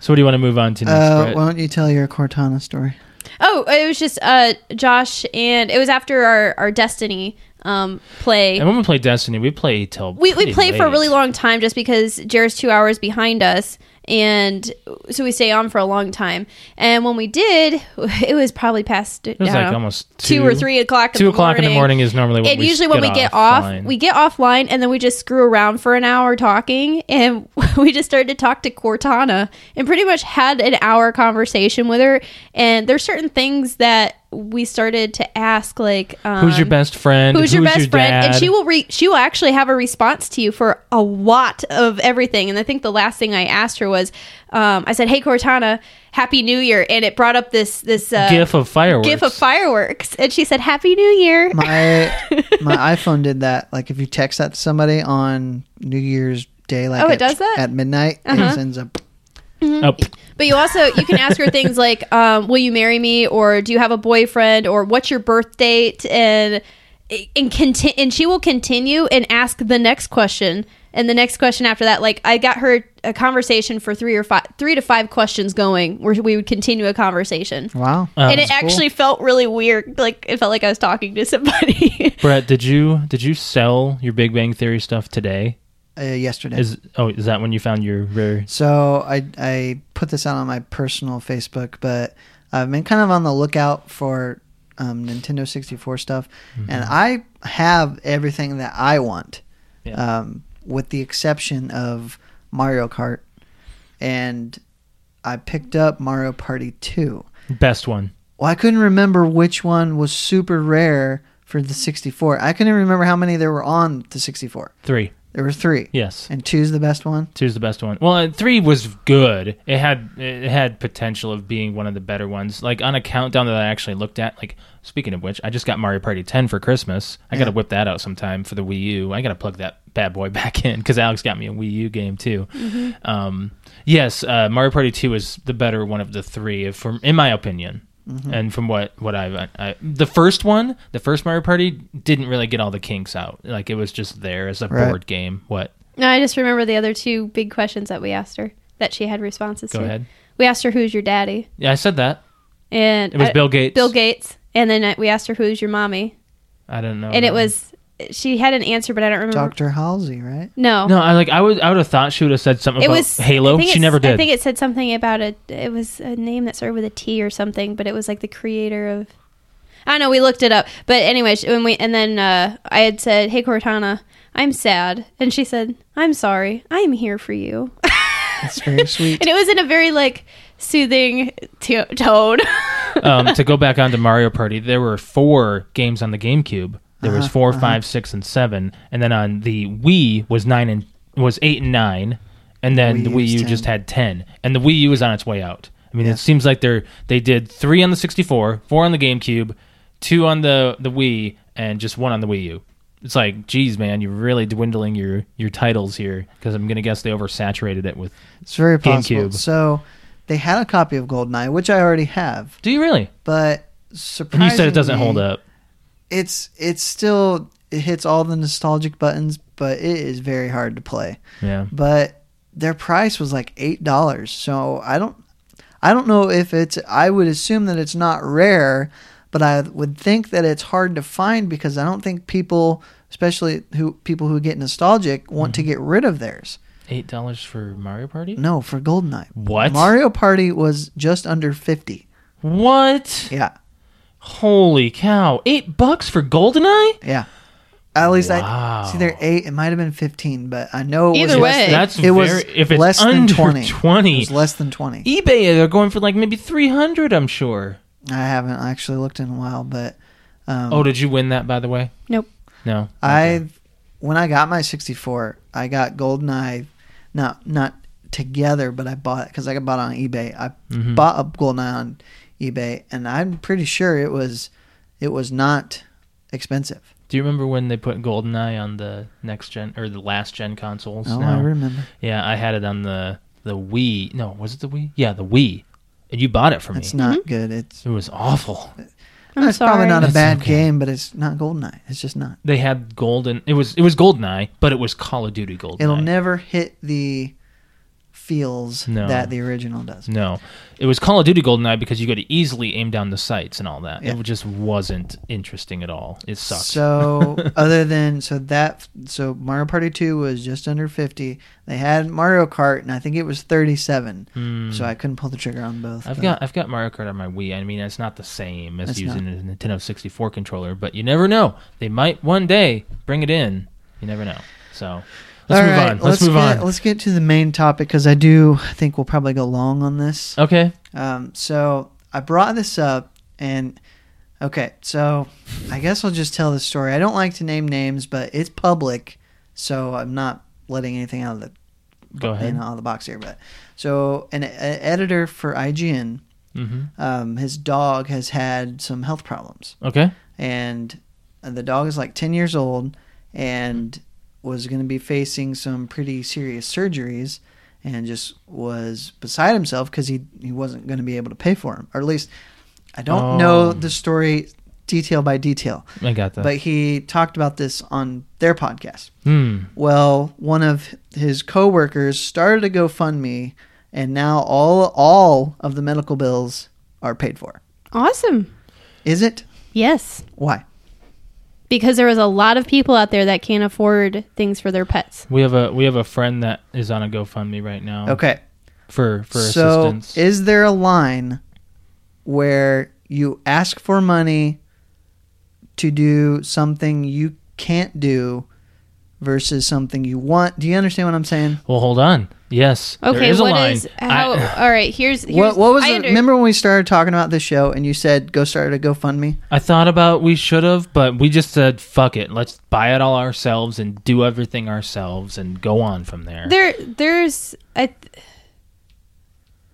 Speaker 3: so what do you want to move on to next?
Speaker 2: Uh,
Speaker 3: Brett?
Speaker 2: why don't you tell your Cortana story?
Speaker 1: Oh, it was just uh, Josh and it was after our, our Destiny um, play.
Speaker 3: and when we play Destiny, we play till
Speaker 1: we, we
Speaker 3: pretty
Speaker 1: play for a
Speaker 3: late.
Speaker 1: really long time just because Jared's two hours behind us. And so we stay on for a long time. And when we did, it was probably past
Speaker 3: It was
Speaker 1: I don't
Speaker 3: like
Speaker 1: know,
Speaker 3: almost
Speaker 1: two,
Speaker 3: two
Speaker 1: or three o'clock.
Speaker 3: Two o'clock in the morning is normally when
Speaker 1: and
Speaker 3: we
Speaker 1: usually when we get off,
Speaker 3: offline.
Speaker 1: we get offline and then we just screw around for an hour talking and we just started to talk to Cortana and pretty much had an hour conversation with her and there's certain things that we started to ask like um,
Speaker 3: who's your best friend?
Speaker 1: who's your best friend and
Speaker 3: dad?
Speaker 1: she will re- she will actually have a response to you for a lot of everything and i think the last thing i asked her was um, i said hey cortana happy new year and it brought up this this uh,
Speaker 3: gif of fireworks.
Speaker 1: gif of fireworks and she said happy new year
Speaker 2: My my iPhone did that. Like if you text that to somebody on New Year's Day, like
Speaker 1: Oh, it
Speaker 2: at,
Speaker 1: does that? Uh-huh.
Speaker 2: at midnight, it sends a
Speaker 3: Oh, p-
Speaker 1: But you also you can ask her things like, um, "Will you marry me?" or "Do you have a boyfriend?" or "What's your birth date?" and and conti- and she will continue and ask the next question and the next question after that. Like I got her a conversation for three or five, three to five questions going where we would continue a conversation.
Speaker 2: wow.
Speaker 3: um,
Speaker 1: and it actually felt really weird. Like it felt like I was talking to somebody.
Speaker 3: Brett, did you did you sell your Big Bang Theory stuff today?
Speaker 2: Uh, yesterday.
Speaker 3: Is oh is that when you found your rare?
Speaker 2: So I I put this out on my personal Facebook, but I've been kind of on the lookout for um, Nintendo 64 stuff, and I have everything that I want,
Speaker 3: Yeah.
Speaker 2: um, with the exception of Mario Kart, and I picked up Mario Party 2.
Speaker 3: Best one.
Speaker 2: Well, I couldn't remember which one was super rare for the 64. I couldn't remember how many there were on the 64.
Speaker 3: Three.
Speaker 2: There were three,
Speaker 3: Yes.
Speaker 2: and two's the best one.
Speaker 3: Two's the best one. Well, uh, three was good. It had it had potential of being one of the better ones. Like on a countdown that I actually looked at. Like speaking of which, I just got Mario Party ten for Christmas. I gotta whip that out sometime for the Wii U. I gotta plug that bad boy back in because Alex got me a Wii U game too. Um, yes, uh, Mario Party two is the better one of the three, if from in my opinion. And from what what I've I, the first one, the first Mario Party didn't really get all the kinks out. Like it was just there as a
Speaker 2: Right.
Speaker 3: board game. What?
Speaker 1: no, I just remember the other two big questions that we asked her that she had responses
Speaker 3: Go
Speaker 1: to.
Speaker 3: ahead.
Speaker 1: We asked her, "Who's your daddy?"
Speaker 3: Yeah, I said that.
Speaker 1: and
Speaker 3: It was
Speaker 1: I-
Speaker 3: Bill Gates.
Speaker 1: Uh, Bill Gates, and then I- we asked her who's your mommy,
Speaker 3: I don't know.
Speaker 1: and it was she had an answer, but I don't remember.
Speaker 2: Dr. Halsey, right?
Speaker 1: No,
Speaker 3: no. I like. I would. I would have thought she would have said something
Speaker 1: it
Speaker 3: about
Speaker 1: was I
Speaker 3: Halo.
Speaker 1: think
Speaker 3: She
Speaker 1: it's-
Speaker 3: never did.
Speaker 1: I think it said something about a. It was a name that started with a T or something, but it was like the creator of. I don't know. We looked it up, but anyway, sh- when we and then uh, I had said, "Hey Cortana, I'm sad," and she said, "I'm sorry. I am here for you,"
Speaker 2: That's very sweet.
Speaker 1: and it was in a very like soothing to tone.
Speaker 3: um, to go back onto Mario Party, there were four games on the GameCube. There
Speaker 2: Uh-huh,
Speaker 3: was four, five, six, and seven, and then on the Wii was nine and was eight and nine, and then the
Speaker 2: Wii
Speaker 3: Wii
Speaker 2: U's
Speaker 3: U
Speaker 2: 10.
Speaker 3: just had ten, and the Wii U is on its way out. I mean, it seems like they're they did three on the 64, four on the GameCube, two on the the Wii, and just one on the Wii U. It's like, geez, man, you're really dwindling your your titles here because I'm gonna guess they oversaturated it with.
Speaker 2: It's very possible.
Speaker 3: GameCube.
Speaker 2: So they had a copy of Goldeneye, which I already have,
Speaker 3: Do you really?
Speaker 2: but
Speaker 3: And
Speaker 2: surprisingly,
Speaker 3: you said it doesn't hold up.
Speaker 2: It's it's still it hits all the nostalgic buttons, but it is very hard to play.
Speaker 3: Yeah.
Speaker 2: But their price was like eight dollars, so I don't I don't know if it's I would assume that it's not rare, but I would think that it's hard to find because I don't think people, especially who people who get nostalgic, want
Speaker 3: Mm-hmm.
Speaker 2: to get rid of theirs.
Speaker 3: Eight dollars for Mario Party?
Speaker 2: No, for Goldeneye.
Speaker 3: What?
Speaker 2: Mario Party was just under 50.
Speaker 3: What?
Speaker 2: Yeah.
Speaker 3: Holy cow! Eight bucks for Goldeneye?
Speaker 2: Yeah. At least
Speaker 3: Wow.
Speaker 2: I see there 8, it might have been 15, but I know it was
Speaker 1: Either
Speaker 2: less
Speaker 1: way.
Speaker 2: than-
Speaker 3: That's
Speaker 2: it was
Speaker 3: very- if it's
Speaker 2: less
Speaker 3: under
Speaker 2: than 20.
Speaker 3: 20.
Speaker 2: It was less than 20.
Speaker 3: eBay they're going for like maybe three hundred. I'm sure.
Speaker 2: I haven't actually looked in a while, but um,
Speaker 3: Oh, did you win that by the way?
Speaker 1: Nope.
Speaker 3: No.
Speaker 2: I when I got my 64, I got Goldeneye not not together, but I bought it cuz I bought it on eBay. I
Speaker 3: Mm-hmm.
Speaker 2: bought a Goldeneye on eBay and I'm pretty sure it was it was not expensive.
Speaker 3: Do you remember when they put GoldenEye on the next gen or the last gen consoles?
Speaker 2: Oh,
Speaker 3: now?
Speaker 2: I remember.
Speaker 3: Yeah, I had it on the the Wii. No, was it the Wii? Yeah, the Wii. And you bought it for me.
Speaker 2: It's not good. It's
Speaker 3: it was awful.
Speaker 1: I'm
Speaker 2: it's
Speaker 1: sorry.
Speaker 2: probably not a
Speaker 3: That's
Speaker 2: bad
Speaker 3: okay.
Speaker 2: game, but it's not GoldenEye. It's just not.
Speaker 3: They had golden. It was it was GoldenEye, but it was Call of Duty GoldenEye.
Speaker 2: It'll never hit the feels
Speaker 3: No.
Speaker 2: that the original does.
Speaker 3: no, it was Call of Duty GoldenEye because you could easily aim down the sights and all that.
Speaker 2: Yeah.
Speaker 3: It just wasn't interesting at all. It sucked.
Speaker 2: So uh, other than so that so Mario Party 2 was just under 50. They had Mario Kart and I think it was 37.
Speaker 3: Hmm.
Speaker 2: So I couldn't pull the trigger on both.
Speaker 3: I've
Speaker 2: but-
Speaker 3: got I've got Mario Kart on my Wii. I mean, it's not the same as
Speaker 2: It's
Speaker 3: using a Nintendo 64 controller, but you never know. They might one day bring it in. You never know. So let's
Speaker 2: All
Speaker 3: move
Speaker 2: right,
Speaker 3: on. Let's, move
Speaker 2: get,
Speaker 3: on.
Speaker 2: Let's get to the main topic cuz I do think we'll probably go long on this.
Speaker 3: Okay.
Speaker 2: Um, so I brought this up, and okay, so I guess I'll just tell the story. I don't like to name names, but it's public, so I'm not letting anything out of the
Speaker 3: Go
Speaker 2: you
Speaker 3: ahead.
Speaker 2: know, out of the box here. But so an, e- editor for IGN,
Speaker 3: hmm
Speaker 2: um, his dog has had some health problems,
Speaker 3: Okay.
Speaker 2: and the dog is like ten years old, and was going to be facing some pretty serious surgeries and just was beside himself because he, he wasn't going to be able to pay for him. Or at least, I don't know
Speaker 3: Oh.
Speaker 2: the story detail by detail,
Speaker 3: I got that.
Speaker 2: but he talked about this on their podcast.
Speaker 3: Hmm.
Speaker 2: Well, one of his coworkers started a GoFundMe, and now all all of the medical bills are paid for.
Speaker 1: Awesome.
Speaker 2: Is it?
Speaker 1: Yes.
Speaker 2: Why?
Speaker 1: Because there was a lot of people out there that can't afford things for their pets.
Speaker 3: We have a we have a friend that is on a GoFundMe right now.
Speaker 2: Okay.
Speaker 3: For for
Speaker 2: so,
Speaker 3: assistance.
Speaker 2: is there a line where you ask for money to do something you can't do versus something you want? Do you understand what I'm saying?
Speaker 3: well, hold on. Yes. there
Speaker 1: Okay,
Speaker 3: is a
Speaker 1: what
Speaker 3: line.
Speaker 1: is how?
Speaker 3: I,
Speaker 1: all right, here's, here's
Speaker 2: What, what was
Speaker 1: I
Speaker 2: the,
Speaker 1: under-
Speaker 2: remember when we started talking about this show and you said go start a GoFundMe?
Speaker 3: I thought about we should have, but we just said fuck it. Let's buy it all ourselves and do everything ourselves and go on from there.
Speaker 1: there there's I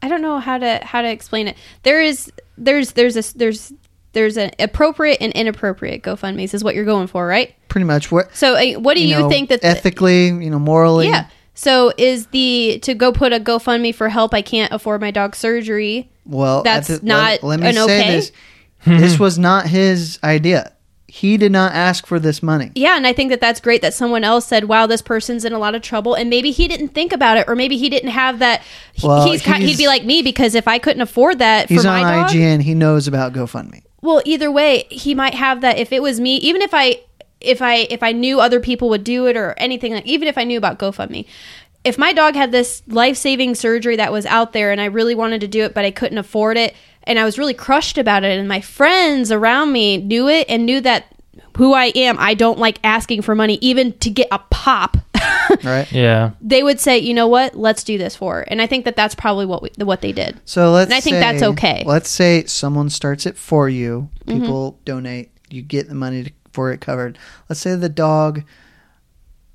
Speaker 1: I don't know how to how to explain it. There is there's there's a there's there's an appropriate and inappropriate GoFundMe's is what you're going for, right?
Speaker 2: Pretty much what
Speaker 1: So uh, what do you,
Speaker 2: know,
Speaker 1: think that the-
Speaker 2: ethically, you know, morally?
Speaker 1: Yeah. So is the to go put a GoFundMe for help I can't afford my dog surgery.
Speaker 2: Well, at
Speaker 1: That's not an okay?
Speaker 2: this:
Speaker 3: Hmm.
Speaker 2: this was not his idea. He did not ask for this money.
Speaker 1: Yeah, and I think that that's great that someone else said, "Wow, this person's in a lot of trouble," and maybe he didn't think about it, or maybe he didn't have that. he-
Speaker 2: Well,
Speaker 1: he's, ki he'd
Speaker 2: he's-
Speaker 1: be like me because if I couldn't afford that for
Speaker 2: He's
Speaker 1: my
Speaker 2: on
Speaker 1: dog,
Speaker 2: IGN. He knows about GoFundMe.
Speaker 1: well either way he might have that if it was me even if i if i if i knew other people would do it or anything like even if i knew about gofundme if my dog had this life-saving surgery that was out there and i really wanted to do it but i couldn't afford it and i was really crushed about it and my friends around me knew it and knew that who i am i don't like asking for money even to get a pop
Speaker 2: Right.
Speaker 3: yeah.
Speaker 1: they would say you know what let's do this for her. and i think that that's probably what we, what they did
Speaker 2: So let's.
Speaker 1: And I think that's
Speaker 2: say-
Speaker 1: okay. Mm-hmm.
Speaker 2: Let's say someone starts it for you. People donate. You get the money to, for it covered. Let's say the dog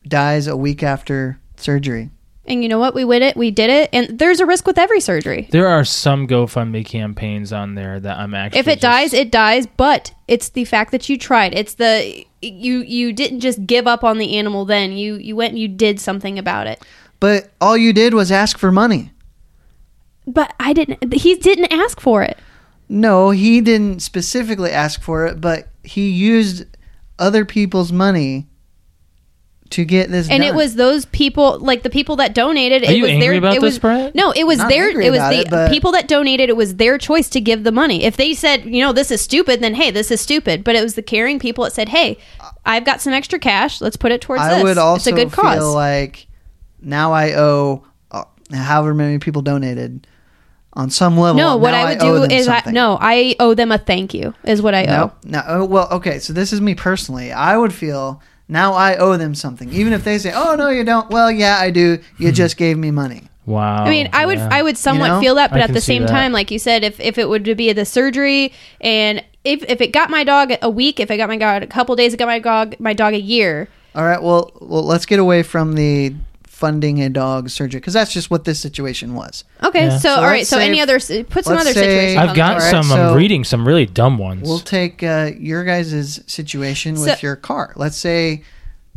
Speaker 2: dies a week after surgery.
Speaker 1: And you know what? We did it. We did it. And there's a risk with every surgery.
Speaker 3: There are some GoFundMe campaigns on there that I'm actually.
Speaker 1: If it
Speaker 3: just-
Speaker 1: dies, it dies. But it's the fact that you tried. It's the you you didn't just give up on the animal. Then you you went and you did something about it.
Speaker 2: But all you did was ask for money.
Speaker 1: But I didn't. He didn't ask for it.
Speaker 2: No, he didn't specifically ask for it, but he used other people's money to get this
Speaker 1: and it
Speaker 2: done.
Speaker 1: was those people like the people that donated
Speaker 3: Are
Speaker 1: it
Speaker 3: you
Speaker 1: was
Speaker 3: angry
Speaker 1: their
Speaker 3: about
Speaker 1: it
Speaker 3: this,
Speaker 1: was
Speaker 3: Brett?
Speaker 1: no it was
Speaker 2: Not
Speaker 1: their
Speaker 2: angry
Speaker 1: it was
Speaker 2: about
Speaker 1: the
Speaker 2: it, but-
Speaker 1: people that donated it was their choice to give the money if they said you know this is stupid then hey this is stupid but it was the caring people that said hey i've got some extra cash let's put it towards
Speaker 2: I
Speaker 1: this
Speaker 2: would also
Speaker 1: it's a good
Speaker 2: feel
Speaker 1: cause
Speaker 2: like now I owe uh, however many people donated on some level.
Speaker 1: no what
Speaker 2: Oh, now
Speaker 1: i would
Speaker 2: owe
Speaker 1: do
Speaker 2: them
Speaker 1: is I,
Speaker 2: something.
Speaker 1: no i owe them a thank you is what i owe
Speaker 2: No, no. Oh, well, okay. So this is me personally. I would feel now I owe them something, even if they say, "Oh no, you don't." Well, yeah, I do. You just gave me money.
Speaker 3: Wow.
Speaker 1: I mean, I would I would somewhat
Speaker 2: Oh, You know?
Speaker 1: feel that, but
Speaker 3: I
Speaker 1: at
Speaker 3: can
Speaker 1: the
Speaker 3: see
Speaker 1: same
Speaker 3: that.
Speaker 1: time, like you said, if if it would be the surgery and if if it got my dog a week, if it got my dog a couple days, it got my dog my dog a year.
Speaker 2: All right. Well, well, let's get away from the funding a dog surgery because that's just what this situation was.
Speaker 1: Okay,
Speaker 3: Yeah.
Speaker 1: so,
Speaker 2: So
Speaker 1: all right,
Speaker 2: let's
Speaker 1: so
Speaker 2: say-
Speaker 1: any other s- put some
Speaker 2: let's
Speaker 1: other
Speaker 2: say-
Speaker 1: situation.
Speaker 2: I've
Speaker 1: on the
Speaker 3: I've got
Speaker 1: board.
Speaker 2: Alright,
Speaker 3: some.
Speaker 2: so-
Speaker 3: I'm reading some really dumb ones.
Speaker 2: We'll take uh, your guys' situation with
Speaker 1: So-
Speaker 2: your car. Let's say,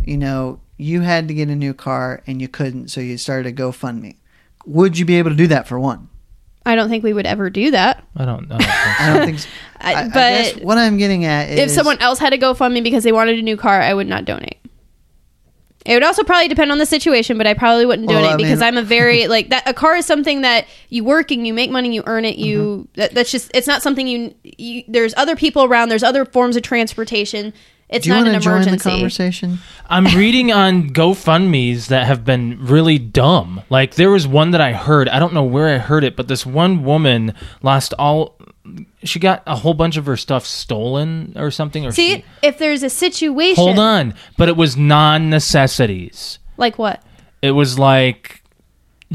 Speaker 2: you know, you had to get a new car and you couldn't, so you started a GoFundMe. Would you be able to do that for one?
Speaker 1: I don't think we would ever do that.
Speaker 3: I don't know. I
Speaker 2: I don't think. So.
Speaker 1: I,
Speaker 2: I, I
Speaker 1: but
Speaker 2: guess what I'm getting at is
Speaker 1: if someone else had a GoFundMe because they wanted a new car, I would not donate. It would also probably depend on the situation, but I probably wouldn't
Speaker 2: Well,
Speaker 1: donate
Speaker 2: I mean-
Speaker 1: because I'm a very like that. A car is something that you work and you make money, you earn it. You
Speaker 2: Mm-hmm.
Speaker 1: that, that's just it's not something you, you. There's other people around. There's other forms of transportation. It's
Speaker 2: do you
Speaker 1: not
Speaker 2: want
Speaker 1: an
Speaker 2: to join the
Speaker 1: emergency.
Speaker 2: conversation?
Speaker 3: I'm reading on GoFundMe's that have been really dumb. Like there was one that I heard. I don't know where I heard it, but this one woman lost all. She got a whole bunch of her stuff stolen or something. Or
Speaker 1: See,
Speaker 3: she-
Speaker 1: if there's a situation,
Speaker 3: hold on, but it was non necessities.
Speaker 1: like what?
Speaker 3: It was like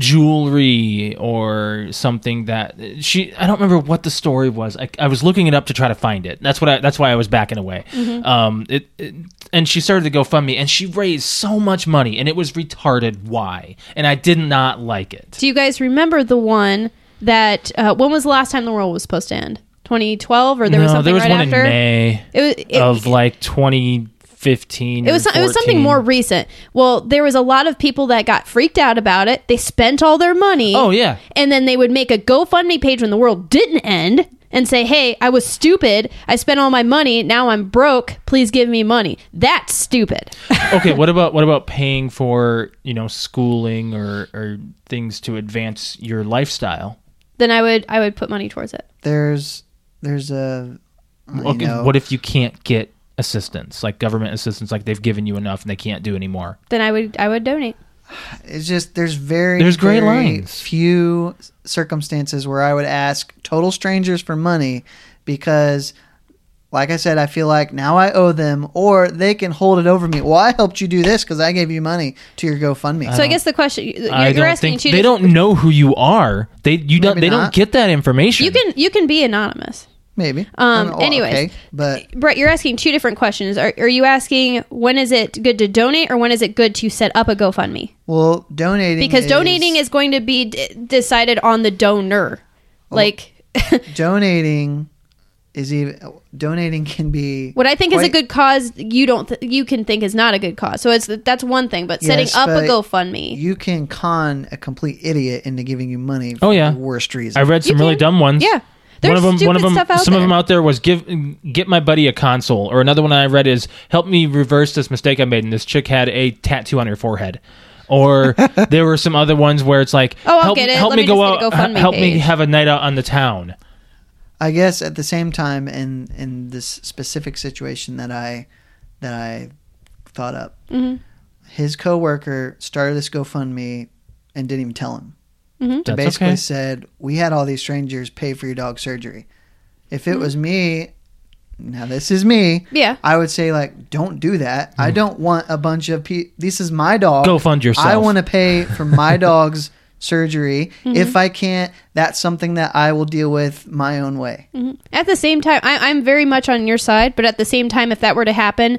Speaker 3: jewelry or something that she i don't remember what the story was I, I was looking it up to try to find it that's what i that's why i was backing away
Speaker 1: Mm-hmm.
Speaker 3: um it, it and she started to go fund me and she raised so much money and it was retarded why and i did not like it
Speaker 1: Do you guys remember the one that uh, when was the last time the world was supposed to end? 2012 or there was
Speaker 3: no
Speaker 1: something
Speaker 3: there was
Speaker 1: right
Speaker 3: one
Speaker 1: after?
Speaker 3: in may
Speaker 1: It was it,
Speaker 3: of like 2015
Speaker 1: it was
Speaker 3: or
Speaker 1: some- it was something
Speaker 3: 14.
Speaker 1: more recent. Well, there was a lot of people that got freaked out about it. They spent all their money.
Speaker 3: oh yeah
Speaker 1: And then they would make a GoFundMe page when the world didn't end and say, "Hey, I was stupid. I spent all my money. Now I'm broke. Please give me money." That's stupid.
Speaker 3: okay what about what about paying for you know schooling or or things to advance your lifestyle
Speaker 1: then I would I would put money towards it.
Speaker 2: There's there's a you
Speaker 3: Okay,
Speaker 2: know,
Speaker 3: what if you can't get assistance like government assistance like they've given you enough and they can't do anymore
Speaker 1: Then I would I would donate.
Speaker 2: it's just there's very
Speaker 3: There's gray
Speaker 2: very
Speaker 3: lines.
Speaker 2: few circumstances where I would ask total strangers for money because like I said I feel like now I owe them or they can hold it over me well I helped you do this because I gave you money to your GoFundMe
Speaker 1: So I, guess the question you're,
Speaker 3: Uh, I
Speaker 1: you're
Speaker 3: don't
Speaker 1: asking
Speaker 3: think
Speaker 1: you
Speaker 3: they
Speaker 1: to-
Speaker 3: don't know who you are they you don't
Speaker 2: Maybe
Speaker 3: they don't
Speaker 2: not.
Speaker 3: get that information
Speaker 1: you can you can be anonymous.
Speaker 2: maybe
Speaker 1: Um,
Speaker 2: Oh,
Speaker 1: anyways.
Speaker 2: but
Speaker 1: Brett, you're asking two different questions. Are, are you asking when is it good to donate or when is it good to set up a GoFundMe?
Speaker 2: well donating
Speaker 1: Because donating is going to be d- decided on the donor.
Speaker 2: Oh.
Speaker 1: Like
Speaker 2: donating is even donating can be
Speaker 1: what I think is a
Speaker 2: quite-
Speaker 1: good cause, you don't th- you can think is not a good cause. So it's that's one thing, but setting
Speaker 2: Yes,
Speaker 1: up a
Speaker 2: but
Speaker 1: GoFundMe.
Speaker 2: you can con a complete idiot into giving you money for
Speaker 3: Oh, yeah.
Speaker 2: the worst reason
Speaker 3: i read
Speaker 1: You
Speaker 3: some really
Speaker 1: can.
Speaker 3: dumb ones
Speaker 1: Yeah. There's
Speaker 3: one of them,
Speaker 1: stupid
Speaker 3: one of them,
Speaker 1: stuff out
Speaker 3: some
Speaker 1: there.
Speaker 3: of them out there was give, get my buddy a console, or another one I read is help me reverse this mistake I made, and this chick had a tattoo on her forehead, or there were some other ones where it's like,
Speaker 1: Oh, I'll
Speaker 3: help,
Speaker 1: get it.
Speaker 3: help
Speaker 1: Let
Speaker 3: me,
Speaker 1: me
Speaker 3: go
Speaker 1: just get
Speaker 3: out,
Speaker 1: a GoFundMe
Speaker 3: help me
Speaker 1: page.
Speaker 3: have a night out on the town.
Speaker 2: I guess at the same time, in in this specific situation that I that I thought up,
Speaker 1: Mhm.
Speaker 2: his coworker started this GoFundMe and didn't even tell him.
Speaker 3: That's
Speaker 2: Basically,
Speaker 3: okay.
Speaker 2: said we had all these strangers pay for your dog surgery. If it was me, now this is me.
Speaker 1: Yeah.
Speaker 2: I would say like, don't do that. I don't want a bunch of people. This is my dog.
Speaker 3: Mm. Go fund yourself.
Speaker 2: I want to pay for my dog's surgery. If I can't, that's something that I will deal with my own way.
Speaker 1: At the same time, I, I'm very much on your side, but at the same time, if that were to happen,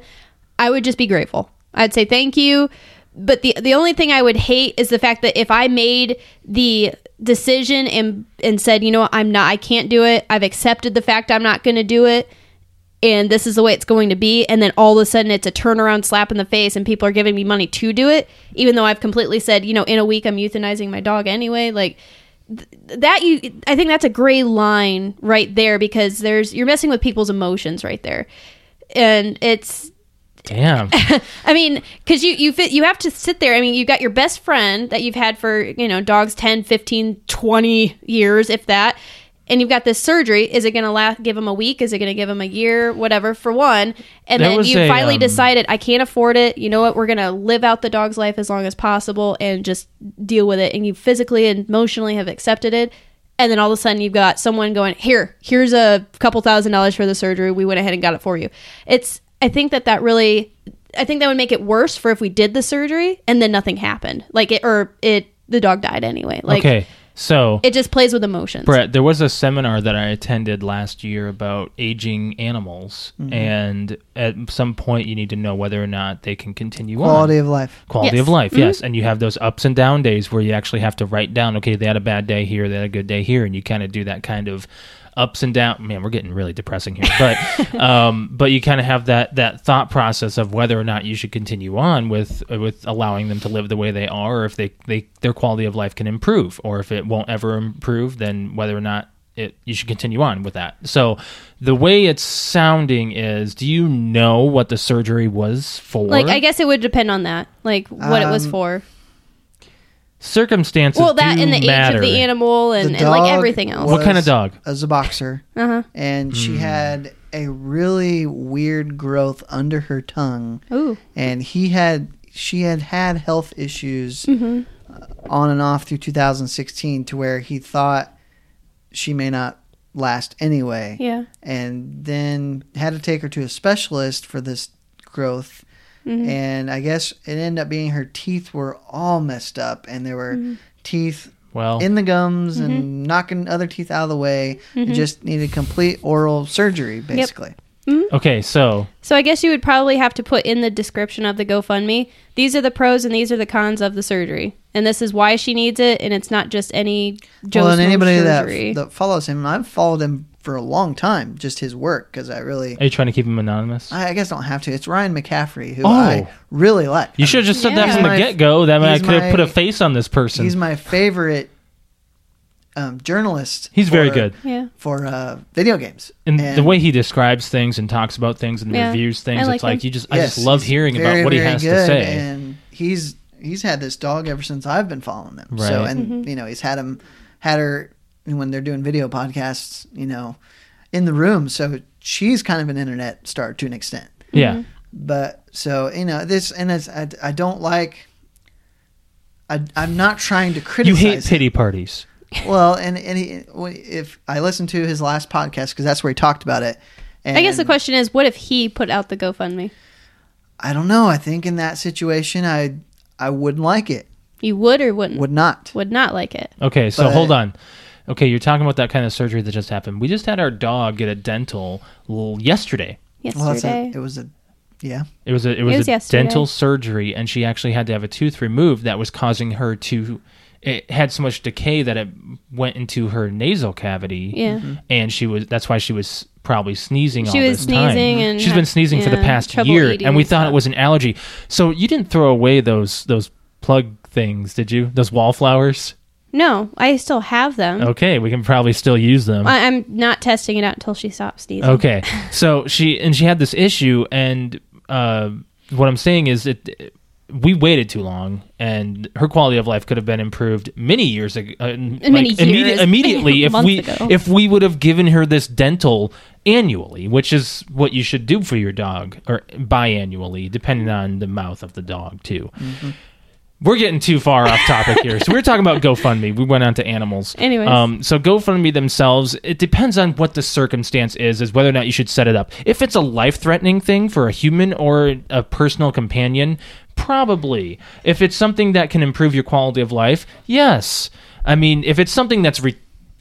Speaker 1: I would just be grateful. I'd say thank you. but the the only thing I would hate is the fact that if I made the decision and and said, you know what, I'm not I can't do it. I've accepted the fact I'm not going to do it and this is the way it's going to be and then all of a sudden it's a turnaround slap in the face and people are giving me money to do it even though I've completely said, you know, in a week I'm euthanizing my dog anyway, like th- that you I think that's a gray line right there because there's you're messing with people's emotions right there. And it's
Speaker 3: Damn.
Speaker 1: I mean, because you you fit, you have to sit there. I mean, you've got your best friend that you've had for you know dogs 10, 15, 20 years, if that, and you've got this surgery. Is it going to last? Give him a week? Is it going to give him a year? Whatever for one, and
Speaker 3: There
Speaker 1: then
Speaker 3: was
Speaker 1: you
Speaker 3: a,
Speaker 1: finally
Speaker 3: um,
Speaker 1: decided I can't afford it. You know what? We're going to live out the dog's life as long as possible and just deal with it. And you physically and emotionally have accepted it. And then all of a sudden, you've got someone going, "Here, here's a couple thousand dollars for the surgery. We went ahead and got it for you." It's I think that that really I think that would make it worse for if we did the surgery and then nothing happened. Like it or it the dog died anyway. Like
Speaker 3: okay. So
Speaker 1: it just plays with emotions.
Speaker 3: Brett, there was a seminar that I attended last year about aging animals, and at some point, you need to know whether or not they can continue on.
Speaker 2: Quality of life.
Speaker 3: Quality
Speaker 1: Yes. Mm-hmm.
Speaker 3: of life, yes. And you have those ups and down days where you actually have to write down, okay, they had a bad day here, they had a good day here, and you kind of do that kind of ups and down. Man, we're getting really depressing here, but um, but you kind of have that that thought process of whether or not you should continue on with with allowing them to live the way they are, or if they they their quality of life can improve, or if it won't ever improve, then whether or not it you should continue on with that. So the way it's sounding is, do you know what the surgery was for?
Speaker 1: Like I guess it would depend on that. Like what it was
Speaker 2: Um,
Speaker 1: for.
Speaker 3: circumstances.
Speaker 1: Well, that
Speaker 3: do
Speaker 1: and the age
Speaker 3: matter.
Speaker 1: of the animal and,
Speaker 2: The
Speaker 1: and like
Speaker 2: dog
Speaker 1: everything else.
Speaker 3: What kind of dog?
Speaker 2: As a boxer,
Speaker 1: Uh-huh.
Speaker 2: and she had a really weird growth under her tongue.
Speaker 1: Ooh.
Speaker 2: and he had she had had health issues
Speaker 1: Mm-hmm.
Speaker 2: uh, on and off through 2016 to where he thought she may not last anyway
Speaker 1: Yeah.
Speaker 2: and then had to take her to a specialist for this growth
Speaker 1: Mm-hmm.
Speaker 2: and i guess it ended up being her teeth were all messed up and there were
Speaker 1: Mm-hmm.
Speaker 2: teeth
Speaker 3: Well,
Speaker 2: in the gums and knocking other teeth out of the way It just needed complete oral surgery basically
Speaker 3: okay, so
Speaker 1: So I guess you would probably have to put in the description of the GoFundMe. These are the pros and these are the cons of the surgery. And this is why she needs it and it's not just any Joe's
Speaker 2: well, and anybody
Speaker 1: surgery.
Speaker 2: that, that follows him, I've followed him for a long time, just his work, because I really,
Speaker 3: are you trying to keep him anonymous?
Speaker 2: I, I guess, don't have to. It's Ryan McCaffrey, who
Speaker 3: Oh.
Speaker 2: I really like.
Speaker 3: you should have just said that
Speaker 1: Yeah.
Speaker 3: from the
Speaker 2: He's my-
Speaker 3: get go. That I
Speaker 2: he's
Speaker 3: could have
Speaker 2: my-
Speaker 3: put a face on this person.
Speaker 2: He's
Speaker 3: He's,
Speaker 2: my favorite um, journalist.
Speaker 3: very
Speaker 2: for-
Speaker 3: good.
Speaker 1: yeah.
Speaker 2: for uh, video games.
Speaker 3: And, the way he describes things and talks about things and
Speaker 1: Yeah,
Speaker 3: reviews things,
Speaker 1: I like
Speaker 3: it's like
Speaker 1: him.
Speaker 3: you just I
Speaker 2: yes,
Speaker 3: just love
Speaker 2: he's
Speaker 3: hearing
Speaker 2: very,
Speaker 3: about what he
Speaker 2: very
Speaker 3: has to
Speaker 2: good,
Speaker 3: say.
Speaker 2: And he's he's had this dog ever since I've been following them. So
Speaker 3: Right.
Speaker 2: and
Speaker 1: Mm-hmm.
Speaker 2: you know he's had him had her when they're doing video podcasts. You know, in the room. So she's kind of an internet star to an extent.
Speaker 3: yeah.
Speaker 2: but so you know this and it's, I, I don't like I, I'm not trying to
Speaker 3: You
Speaker 2: criticize
Speaker 3: hate
Speaker 2: him.
Speaker 3: pity parties.
Speaker 2: well and, and he, if I listened to his last podcast because that's where he talked about it and
Speaker 1: I guess the question is what if he put out the GoFundMe?
Speaker 2: I don't know I think in that situation I I wouldn't like it
Speaker 1: You would or wouldn't?
Speaker 2: would not
Speaker 1: would not like it.
Speaker 3: Okay, so
Speaker 2: But-
Speaker 3: hold on. Okay, you're talking about that kind of surgery that just happened. We just had our dog get a dental l- yesterday.
Speaker 1: Yesterday.
Speaker 2: well that's a, it was a yeah
Speaker 3: It was a it was,
Speaker 1: was
Speaker 3: a
Speaker 1: yesterday.
Speaker 3: dental surgery, and she actually had to have a tooth removed that was causing her to. It had so much decay that it went into her nasal cavity. Mm-hmm.
Speaker 1: Yeah. Mhm.
Speaker 3: and she was that's why she was probably sneezing.
Speaker 1: She
Speaker 3: all
Speaker 1: was
Speaker 3: this time.
Speaker 1: sneezing and
Speaker 3: she's
Speaker 1: ha-
Speaker 3: been sneezing for the
Speaker 1: yeah,
Speaker 3: past
Speaker 1: trouble
Speaker 3: year,
Speaker 1: eating
Speaker 3: and we
Speaker 1: and
Speaker 3: thought it
Speaker 1: stuff.
Speaker 3: was an allergy. So you didn't throw away those those plug things, did you? Those wallflowers.
Speaker 1: no, I still have them.
Speaker 3: Okay, we can probably still use them.
Speaker 1: I, I'm not testing it out until she stops sneezing.
Speaker 3: Okay. So she and she had this issue, and uh, what I'm saying is it. We waited too long, and her quality of life could have been improved many years ago. Uh, like,
Speaker 1: Many years.
Speaker 3: immediately, if
Speaker 1: Months
Speaker 3: we
Speaker 1: ago.
Speaker 3: if we would have given her this dental annually, which is what you should do for your dog, or biannually, depending on the mouth of the dog too.
Speaker 1: Mm-hmm.
Speaker 3: We're getting too far off topic here. So we were talking about GoFundMe. We went on to animals.
Speaker 1: Anyways.
Speaker 3: Um, so GoFundMe themselves, it depends on what the circumstance is, is whether or not you should set it up. If it's a life-threatening thing for a human or a personal companion, probably. If it's something that can improve your quality of life, yes. I mean, if it's something that's re-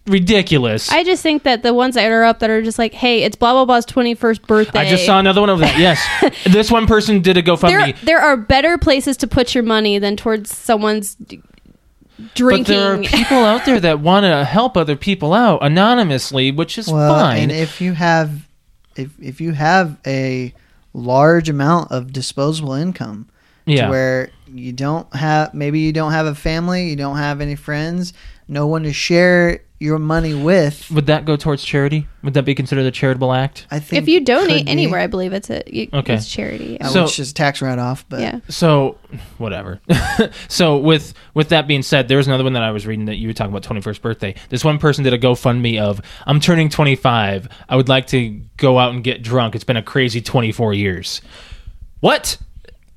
Speaker 3: ridiculous.
Speaker 1: I just think that the ones that are up that are just like, hey, it's blah blah blah's twenty first birthday.
Speaker 3: I just saw another one of that. Yes, this one person did a
Speaker 1: there.
Speaker 3: GoFundMe.
Speaker 1: There are better places to put your money than towards someone's d-
Speaker 3: But
Speaker 1: drinking.
Speaker 3: there are people out there that want to help other people out anonymously, which is
Speaker 2: Well,
Speaker 3: fine.
Speaker 2: and if you have, if if you have a large amount of disposable income, to
Speaker 3: yeah,
Speaker 2: where you don't have maybe you don't have a family, you don't have any friends, no one to share your money with.
Speaker 3: would that go towards charity? Would that be considered a charitable act?
Speaker 2: I think
Speaker 1: if you
Speaker 2: could
Speaker 1: donate
Speaker 2: be.
Speaker 1: anywhere, I believe it's a you,
Speaker 3: Okay.
Speaker 1: it's charity.
Speaker 2: Uh,
Speaker 3: So-
Speaker 2: which is tax write off, but
Speaker 1: yeah,
Speaker 3: so whatever so with with that being said there was another one that i was reading that you were talking about 21st birthday this one person did a gofundme of i'm turning 25 i would like to go out and get drunk it's been a crazy 24 years what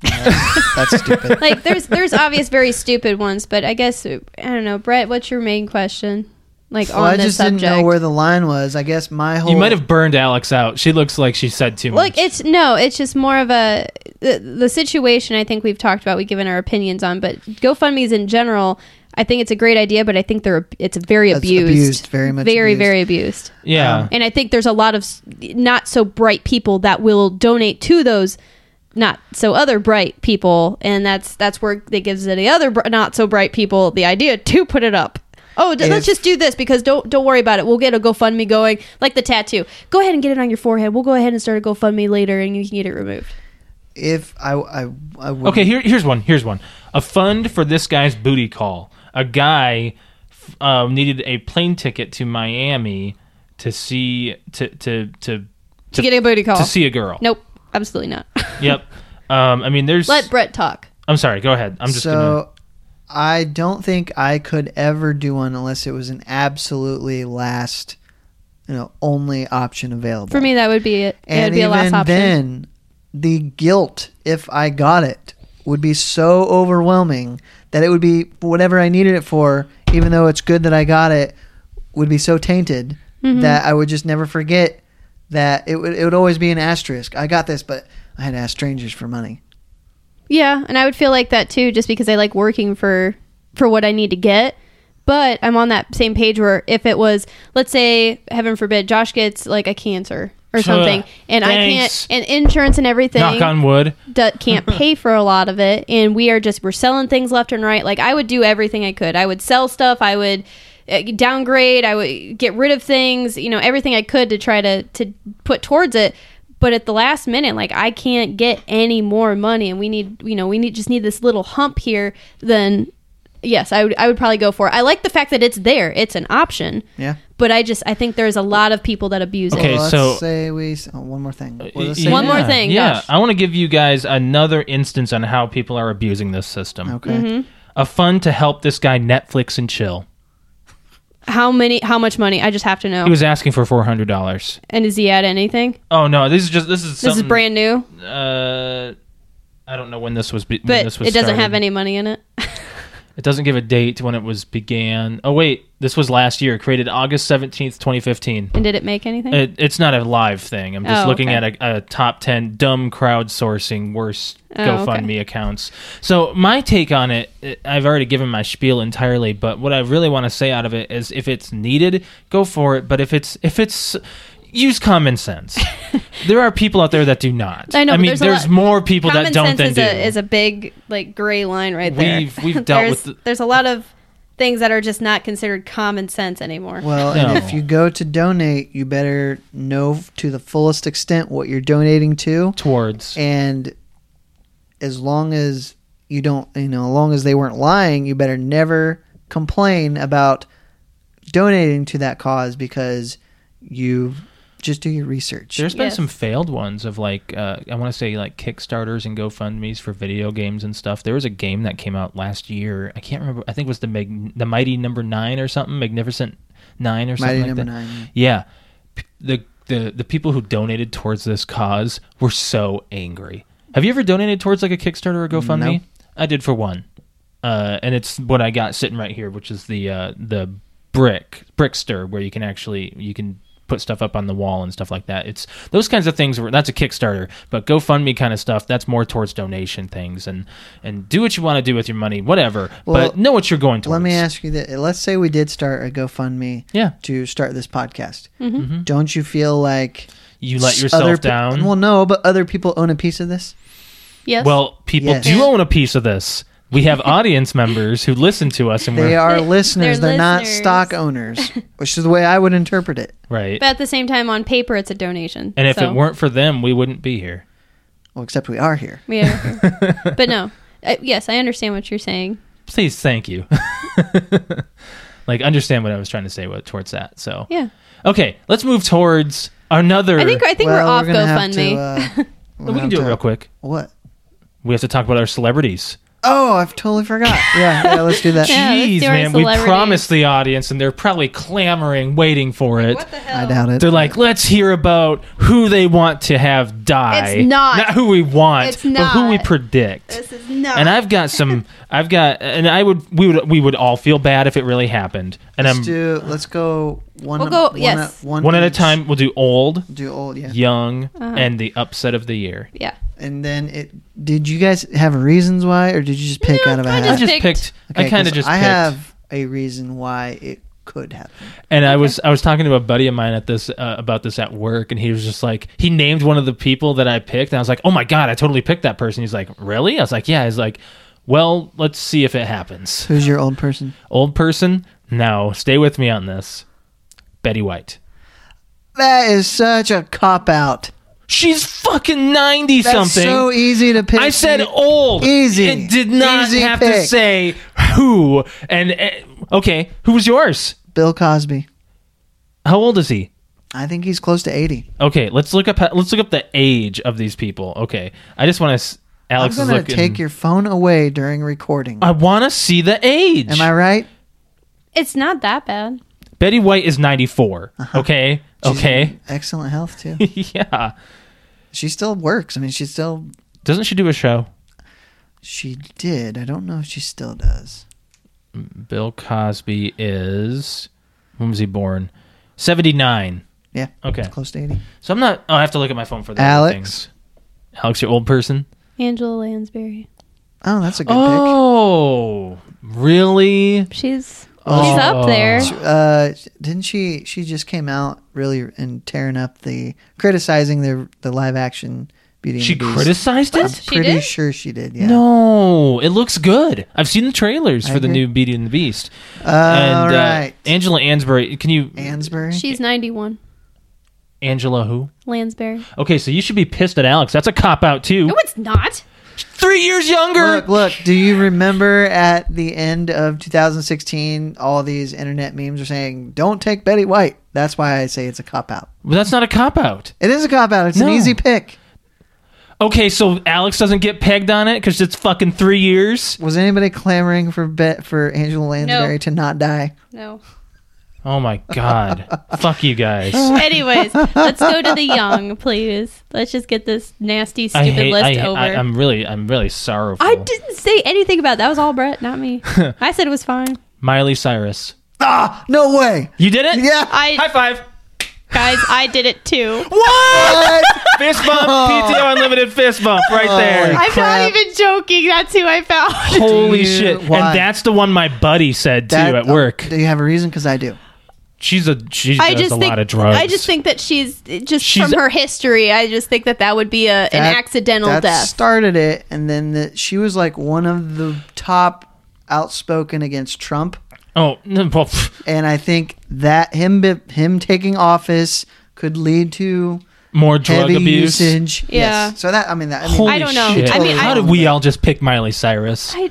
Speaker 2: that's stupid.
Speaker 1: like there's there's obvious very stupid ones, but I guess I don't know, Brett. What's your main question? Like
Speaker 2: Well,
Speaker 1: on
Speaker 2: I
Speaker 1: this
Speaker 2: just
Speaker 1: subject.
Speaker 2: didn't know where the line was. I guess my whole
Speaker 3: you might have burned alex out she looks like she said too much
Speaker 1: Look, it's no, it's just more of a the, the situation. I think we've talked about, we've given our opinions on, but GoFundmes in general, I think it's a great idea, but I think they're it's very
Speaker 2: That's
Speaker 1: abused,
Speaker 2: abused, very much
Speaker 1: very
Speaker 2: abused.
Speaker 1: very abused.
Speaker 3: yeah
Speaker 1: And I think there's a lot of s- not so bright people that will donate to those not so other bright people, and that's that's where that gives the other br- not so bright people the idea to put it up. Oh, d- let's
Speaker 2: If-
Speaker 1: just do this because don't don't worry about it. We'll get a GoFundMe going, like the tattoo. Go ahead and get it on your forehead. We'll go ahead and start a GoFundMe later, and you can get it removed.
Speaker 2: if I I, I would
Speaker 3: Okay, here, here's one. Here's one. A fund for this guy's booty call. A guy f- um, needed a plane ticket to Miami to see to to to to,
Speaker 1: To get a booty call.
Speaker 3: to see a girl.
Speaker 1: Nope, absolutely not.
Speaker 3: Yep. Um, I mean, there's.
Speaker 1: Let Brett talk.
Speaker 3: I'm sorry. Go ahead. I'm just
Speaker 2: so
Speaker 3: gonna.
Speaker 2: I don't think I could ever do one unless it was an absolutely last, you know, only option available.
Speaker 1: For me, that would be it. it would
Speaker 2: and
Speaker 1: be a
Speaker 2: even
Speaker 1: last option.
Speaker 2: then, the guilt if I got it would be so overwhelming that it would be whatever I needed it for, even though it's good that I got it, would be so tainted
Speaker 1: Mm-hmm.
Speaker 2: that I would just never forget that it would it would always be an asterisk. I got this, but I had to ask strangers for money.
Speaker 1: Yeah, and I would feel like that too, just because I like working for for what I need to get. But I'm on that same page where if it was, let's say, heaven forbid, Josh gets like a cancer or
Speaker 3: Ugh,
Speaker 1: something, and
Speaker 3: thanks.
Speaker 1: I can't, and insurance and everything
Speaker 3: Knock on wood.
Speaker 1: d- can't pay for a lot of it, and we are just we're selling things left and right. Like I would do everything I could. I would sell stuff. I would uh, downgrade. I would get rid of things. You know, everything I could to try to to put towards it. But at the last minute, like I can't get any more money, and we need you know we need just need this little hump here. Then yes, I would I would probably go for it. I like the fact that it's there. It's an option.
Speaker 2: Yeah.
Speaker 1: But I just I think there's a lot of people that abuse
Speaker 3: Okay,
Speaker 1: it.
Speaker 2: let's
Speaker 3: so-
Speaker 2: say we s- oh, one more thing. What was I
Speaker 3: Yeah,
Speaker 2: saying?
Speaker 1: One more thing,
Speaker 3: Yeah,
Speaker 1: Josh.
Speaker 3: I want to give you guys another instance on how people are abusing this system.
Speaker 2: Okay.
Speaker 3: A fund to help this guy Netflix and chill.
Speaker 1: How many? How much money? I just have to know.
Speaker 3: He was asking for four hundred dollars.
Speaker 1: and is he at anything?
Speaker 3: Oh no, this is just this is
Speaker 1: This is
Speaker 3: something-
Speaker 1: brand new.
Speaker 3: Uh, I don't know when this was. Be- when
Speaker 1: but
Speaker 3: this was
Speaker 1: it doesn't
Speaker 3: started.
Speaker 1: have any money in it.
Speaker 3: It doesn't give a date when it was began. Oh wait, this was last year, created August seventeenth, twenty fifteen.
Speaker 1: and did it make anything?
Speaker 3: It, it's not a live thing. I'm just
Speaker 1: Oh,
Speaker 3: looking
Speaker 1: okay.
Speaker 3: at a, a top ten dumb crowdsourcing worst
Speaker 1: Oh,
Speaker 3: GoFundMe accounts. So my take on it, it- I've already given my spiel entirely, but what I really want to say out of it is, if it's needed, go for it. But if it's if it's use common sense. there are people out there that do not.
Speaker 1: I know,
Speaker 3: I
Speaker 1: but
Speaker 3: mean,
Speaker 1: there's
Speaker 3: there's,
Speaker 1: a lot-
Speaker 3: more people
Speaker 1: Common
Speaker 3: that don't
Speaker 1: sense
Speaker 3: than
Speaker 1: is
Speaker 3: do.
Speaker 1: a is a big like gray line right there.
Speaker 3: We've- we've dealt
Speaker 1: there's,
Speaker 3: with the-
Speaker 1: there's a lot of things that are just not considered common sense anymore.
Speaker 2: Well,
Speaker 3: No.
Speaker 2: and if you go to donate, you better know f- to the fullest extent what you're donating to.
Speaker 3: Towards
Speaker 2: and as long as you don't you know as long as they weren't lying you better never complain about donating to that cause because you just do your research
Speaker 3: There's been
Speaker 1: Yes.
Speaker 3: some failed ones of like uh, I want to say like Kickstarters and GoFundmes for video games and stuff. There was a game that came out last year. I can't remember. I think it was the Mag- the Mighty Number Nine or something, Magnificent Nine or something
Speaker 2: mighty
Speaker 3: like
Speaker 2: number
Speaker 3: that.
Speaker 2: nine
Speaker 3: Yeah, P- the the the people who donated towards this cause were so angry. Have you ever donated towards like a Kickstarter or GoFundMe?
Speaker 2: No.
Speaker 3: I did for one, uh, and it's what I got sitting right here, which is the uh, the brick brickster where you can actually you can put stuff up on the wall and stuff like that. It's those kinds of things. Were, that's a Kickstarter, but GoFundMe kind of stuff. That's more towards donation things and and do what you want to do with your money, whatever.
Speaker 2: Well,
Speaker 3: but know what you're going towards.
Speaker 2: Let me ask you that. Let's say we did start a GoFundMe
Speaker 3: Yeah.
Speaker 2: to start this podcast.
Speaker 3: Mm-hmm.
Speaker 2: Don't you feel like
Speaker 3: You let
Speaker 2: s-
Speaker 3: yourself
Speaker 2: other pe-
Speaker 3: down.
Speaker 2: well, no, but other people own a piece of this.
Speaker 1: Yes.
Speaker 3: Well, people
Speaker 2: Yes.
Speaker 3: do own a piece of this. We have audience members who listen to us, and
Speaker 2: They
Speaker 3: we're
Speaker 1: They're-
Speaker 2: are listeners. They're,
Speaker 1: they're
Speaker 2: not
Speaker 1: listeners.
Speaker 2: stock owners, which is the way I would interpret it.
Speaker 3: right.
Speaker 1: but at the same time, on paper, it's a donation.
Speaker 3: And if
Speaker 1: so-
Speaker 3: it weren't for them, we wouldn't be here.
Speaker 2: Well, except we are here.
Speaker 1: yeah, but no. Uh, yes, I understand what you're saying.
Speaker 3: Please, thank you. like, understand what I was trying to say with, towards that. So,
Speaker 1: Yeah,
Speaker 3: okay, let's move towards another.
Speaker 1: I think I think
Speaker 2: Well,
Speaker 1: we're off
Speaker 2: gonna have
Speaker 1: GoFundMe.
Speaker 2: to, uh,
Speaker 3: we
Speaker 2: we're gonna
Speaker 3: can
Speaker 2: have
Speaker 3: do it
Speaker 2: to-
Speaker 3: real quick.
Speaker 2: What?
Speaker 3: We have to talk about our celebrities.
Speaker 2: Oh, I've totally forgot. Yeah, yeah, let's do that.
Speaker 1: Yeah, let's
Speaker 3: Jeez,
Speaker 1: do our
Speaker 3: man, we
Speaker 1: celebrities.
Speaker 3: promised the audience, and they're probably clamoring, waiting for it.
Speaker 2: I doubt it.
Speaker 3: They're like, let's hear about who they want to have die.
Speaker 1: It's not-
Speaker 3: who we want,
Speaker 1: It's
Speaker 3: but who we
Speaker 1: not.
Speaker 3: predict.
Speaker 1: is not.
Speaker 3: and I've got some. I've got, and I would. We would. We would all feel bad if it really happened. And
Speaker 2: let's
Speaker 3: I'm
Speaker 2: do. Let's go one.
Speaker 1: We'll go-
Speaker 2: one,
Speaker 1: yes.
Speaker 2: one,
Speaker 3: one at a
Speaker 2: each.
Speaker 3: time. We'll do old,
Speaker 2: Do old, yeah.
Speaker 3: young,
Speaker 1: Uh-huh.
Speaker 3: and the upset of the year.
Speaker 1: yeah,
Speaker 2: And then it. Did you guys have reasons why, or did you just pick
Speaker 1: No,
Speaker 2: out of a
Speaker 1: I
Speaker 2: hat?
Speaker 1: just
Speaker 3: I just
Speaker 1: picked-
Speaker 3: picked. I
Speaker 2: Okay,
Speaker 3: kind
Speaker 2: 'cause
Speaker 3: of just.
Speaker 2: I
Speaker 3: picked.
Speaker 2: have a reason why it could happen.
Speaker 3: And I was I was talking to a buddy of mine at this uh, about this at work, and he was just like he named one of the people that I picked, and I was like, oh my god, I totally picked that person. He's like, really? I was like, yeah. He's like, well, let's see if it happens.
Speaker 2: Who's your old person?
Speaker 3: Old person, now stay with me on this. Betty White.
Speaker 2: That is such a cop out.
Speaker 3: She's fucking ninety
Speaker 2: That's
Speaker 3: something.
Speaker 2: so easy to pick.
Speaker 3: I said old.
Speaker 2: Easy.
Speaker 3: It did not
Speaker 2: Easy
Speaker 3: have to
Speaker 2: pick.
Speaker 3: say who. And uh, okay, who was yours?
Speaker 2: Bill Cosby.
Speaker 3: How old is he?
Speaker 2: I think he's close to eighty.
Speaker 3: Okay, let's look up. Let's look up the age of these people. Okay, I just want to. Alex
Speaker 2: I'm
Speaker 3: is
Speaker 2: gonna
Speaker 3: looking.
Speaker 2: take your phone away during recording.
Speaker 3: I want to see the age.
Speaker 2: Am I right?
Speaker 1: it's not that bad.
Speaker 3: Betty White is ninety four. Okay.
Speaker 2: Uh-huh. She's
Speaker 3: Okay.
Speaker 2: in Excellent health too.
Speaker 3: yeah.
Speaker 2: she still works. I mean, she still
Speaker 3: Doesn't she do a show?
Speaker 2: she did. I don't know if she still does.
Speaker 3: Bill Cosby is when was he born? Seventy nine.
Speaker 2: Yeah.
Speaker 3: Okay.
Speaker 2: it's Close to eighty.
Speaker 3: So I'm not. Oh, I have to look at my phone for that.
Speaker 2: Alex?
Speaker 3: Alex, your old person.
Speaker 1: Angela Lansbury.
Speaker 2: Oh, that's a good
Speaker 3: Oh, really?
Speaker 1: She's
Speaker 2: Oh.
Speaker 1: she's up there.
Speaker 2: pick. Uh, didn't she? She just came out really and tearing up the criticizing the the live action Beauty. and
Speaker 3: She
Speaker 2: the Beast.
Speaker 3: criticized
Speaker 2: I'm
Speaker 3: it.
Speaker 1: She
Speaker 2: pretty
Speaker 1: did?
Speaker 2: sure she did. Yeah.
Speaker 3: No, it looks good. I've seen the trailers
Speaker 2: I
Speaker 3: for the
Speaker 2: agree.
Speaker 3: new Beauty and the Beast.
Speaker 2: All
Speaker 3: and, uh,
Speaker 2: right.
Speaker 3: Angela Ansbury. Can you
Speaker 2: Ansbury.
Speaker 1: She's 91.
Speaker 3: Angela who?
Speaker 1: Lansbury.
Speaker 3: Okay, so you should be pissed at Alex. That's a cop out too.
Speaker 1: No, it's not.
Speaker 3: Three years younger.
Speaker 2: Look, look. Do you remember at the end of 2016, all these internet memes are saying, "Don't take Betty White." That's why I say it's a cop out.
Speaker 3: But that's not a cop out.
Speaker 2: It is a cop out. It's an
Speaker 3: No.
Speaker 2: easy pick.
Speaker 3: Okay, so Alex doesn't get pegged on it because it's fucking three years.
Speaker 2: Was anybody clamoring for bet for Angela Lansbury to not die?
Speaker 1: No.
Speaker 3: Oh my god. Fuck you guys.
Speaker 1: Anyways, let's go to the young, please. Let's just get this nasty,
Speaker 3: I
Speaker 1: stupid
Speaker 3: hate.
Speaker 1: list
Speaker 3: I,
Speaker 1: over. I,
Speaker 3: I, am really. I'm really sorrowful.
Speaker 1: didn't say anything about that. That was all Brett, not me. I said it was fine.
Speaker 3: Miley Cyrus.
Speaker 2: Ah, no way.
Speaker 3: You did it.
Speaker 2: Yeah.
Speaker 1: I
Speaker 3: High five.
Speaker 1: guys, I did it too.
Speaker 3: What?
Speaker 2: What?
Speaker 3: fist bump. PTO unlimited fist bump right there.
Speaker 2: Oh my
Speaker 1: I'm
Speaker 2: Crap.
Speaker 1: not even joking. That's who I found.
Speaker 3: Holy
Speaker 2: you-
Speaker 3: shit!
Speaker 2: why?
Speaker 3: And that's the one my buddy said too
Speaker 2: That- um,
Speaker 3: at work.
Speaker 2: Do you have a reason? Because I do.
Speaker 3: She's a she
Speaker 1: I
Speaker 3: does
Speaker 1: just
Speaker 3: a
Speaker 1: think
Speaker 3: lot of drugs.
Speaker 1: I just think that she's just
Speaker 3: She's-
Speaker 1: from her history. I just think that that would be a, an
Speaker 2: That-
Speaker 1: accidental
Speaker 2: that
Speaker 1: death.
Speaker 2: started it, and then the, she was like one of the top outspoken against Trump.
Speaker 3: Oh no, well, pff,
Speaker 2: and I think that him bi- him taking office could lead to
Speaker 3: more drug
Speaker 2: heavy
Speaker 3: abuse.
Speaker 2: usage.
Speaker 1: Yeah.
Speaker 2: So that I mean that I mean,
Speaker 3: Holy
Speaker 1: I don't know.
Speaker 3: Shit.
Speaker 1: I mean,
Speaker 3: how
Speaker 1: I-
Speaker 3: did we all just pick Miley Cyrus?
Speaker 1: I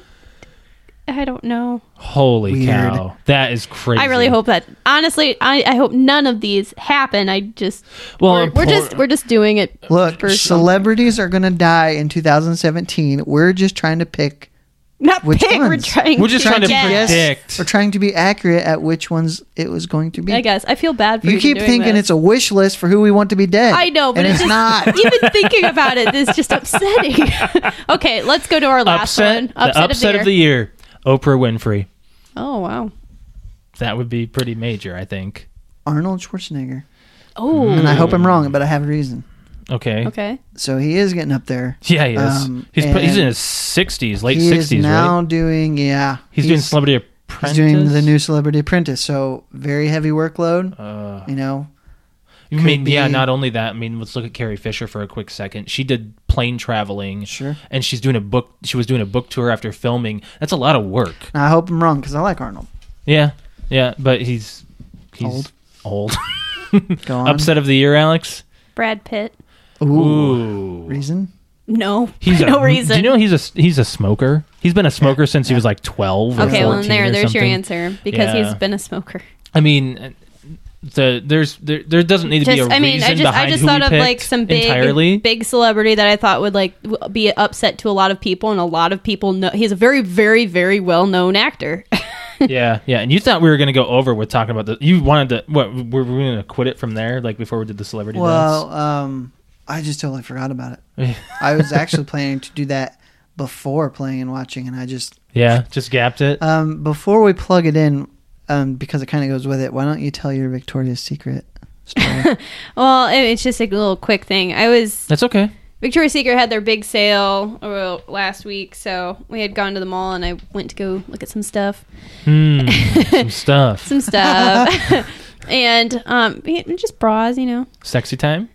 Speaker 1: I don't know.
Speaker 3: Holy
Speaker 2: Weird.
Speaker 3: cow, that is crazy.
Speaker 1: I really hope that honestly, I, I hope none of these happen. I just
Speaker 3: Well,
Speaker 1: we're, we're
Speaker 3: poor-
Speaker 1: just we're just doing it.
Speaker 2: look,
Speaker 1: for some-
Speaker 2: celebrities are going to die in 2017. We're just trying to pick.
Speaker 1: not
Speaker 2: which
Speaker 1: pick. We're
Speaker 2: ones?
Speaker 1: trying.
Speaker 3: We're just trying to
Speaker 1: guess.
Speaker 3: predict.
Speaker 2: We're trying to be accurate at which ones it was going to be.
Speaker 1: I guess I feel bad for
Speaker 2: You
Speaker 1: even
Speaker 2: keep
Speaker 1: doing
Speaker 2: thinking
Speaker 1: this.
Speaker 2: it's a wish list for who we want to be dead.
Speaker 1: I know, but
Speaker 2: and
Speaker 1: it
Speaker 2: it's
Speaker 1: just-
Speaker 2: not.
Speaker 1: Even thinking about it is just upsetting. okay, let's go to our last
Speaker 3: upset.
Speaker 1: one.
Speaker 3: the upset of the year. Oprah Winfrey.
Speaker 1: Oh wow.
Speaker 3: That would be pretty major, I think.
Speaker 2: Arnold Schwarzenegger.
Speaker 1: Oh.
Speaker 2: and I hope I'm wrong, but I have a reason.
Speaker 3: Okay.
Speaker 1: Okay.
Speaker 2: So he is getting up there.
Speaker 3: Yeah, he is.
Speaker 2: Um,
Speaker 3: he's pr- he's
Speaker 2: and
Speaker 3: in his sixties, late
Speaker 2: he is
Speaker 3: sixties,
Speaker 2: now
Speaker 3: right?
Speaker 2: doing yeah.
Speaker 3: He's, doing Celebrity
Speaker 2: He's
Speaker 3: Apprentice.
Speaker 2: doing the new Celebrity Apprentice, so very heavy workload.
Speaker 3: Uh,
Speaker 2: You know,
Speaker 3: I mean,
Speaker 2: could
Speaker 3: yeah.
Speaker 2: be-
Speaker 3: Not only that. I mean, let's look at Carrie Fisher for a quick second. She did plane traveling.
Speaker 2: Sure.
Speaker 3: And she's doing a book. She was doing a book tour after filming. That's a lot of work.
Speaker 2: I hope I'm wrong because I like Arnold.
Speaker 3: Yeah. Yeah. But he's he's
Speaker 2: Old.
Speaker 3: Old.
Speaker 2: Go on.
Speaker 3: Upset of the year, Alex.
Speaker 1: Brad Pitt.
Speaker 2: Ooh.
Speaker 3: Ooh.
Speaker 2: Reason?
Speaker 1: No.
Speaker 3: He's
Speaker 1: for no
Speaker 3: a,
Speaker 1: reason.
Speaker 3: Do you know he's a he's a smoker? He's been a smoker since he was like twelve. Or
Speaker 1: okay, well, then
Speaker 3: 14
Speaker 1: there,
Speaker 3: or
Speaker 1: there's your
Speaker 3: something.
Speaker 1: answer because
Speaker 3: Yeah.
Speaker 1: he's been a smoker.
Speaker 3: I mean, the there's there, there doesn't need to
Speaker 1: Just,
Speaker 3: be a
Speaker 1: I mean,
Speaker 3: reason
Speaker 1: I just,
Speaker 3: behind
Speaker 1: I just
Speaker 3: who we
Speaker 1: thought of
Speaker 3: picked
Speaker 1: like some big,
Speaker 3: entirely.
Speaker 1: big celebrity that I thought would like w- be upset to a lot of people, and a lot of people know he's a very, very, very well-known actor.
Speaker 3: yeah, yeah. And you thought we were going to go over with talking about the. You wanted to what? We're, we going to quit it from there, like before we did the celebrity
Speaker 2: Well, um, I just totally forgot about it.
Speaker 3: dance.
Speaker 2: I was actually planning to do that before playing and watching, and I just
Speaker 3: yeah, just gapped
Speaker 1: uh,
Speaker 3: it.
Speaker 2: um, before we plug it in, um, because it kind of goes with it. Why don't you tell your Victoria's Secret story?
Speaker 1: well, it- it's just a little quick thing. I was
Speaker 3: That's okay.
Speaker 1: Victoria's Secret had their big sale uh, last week, so we had gone to the mall and I went to go look at some stuff,
Speaker 3: Hmm, some stuff.
Speaker 1: some stuff, and um, yeah, just bras, you know.
Speaker 3: Sexy time.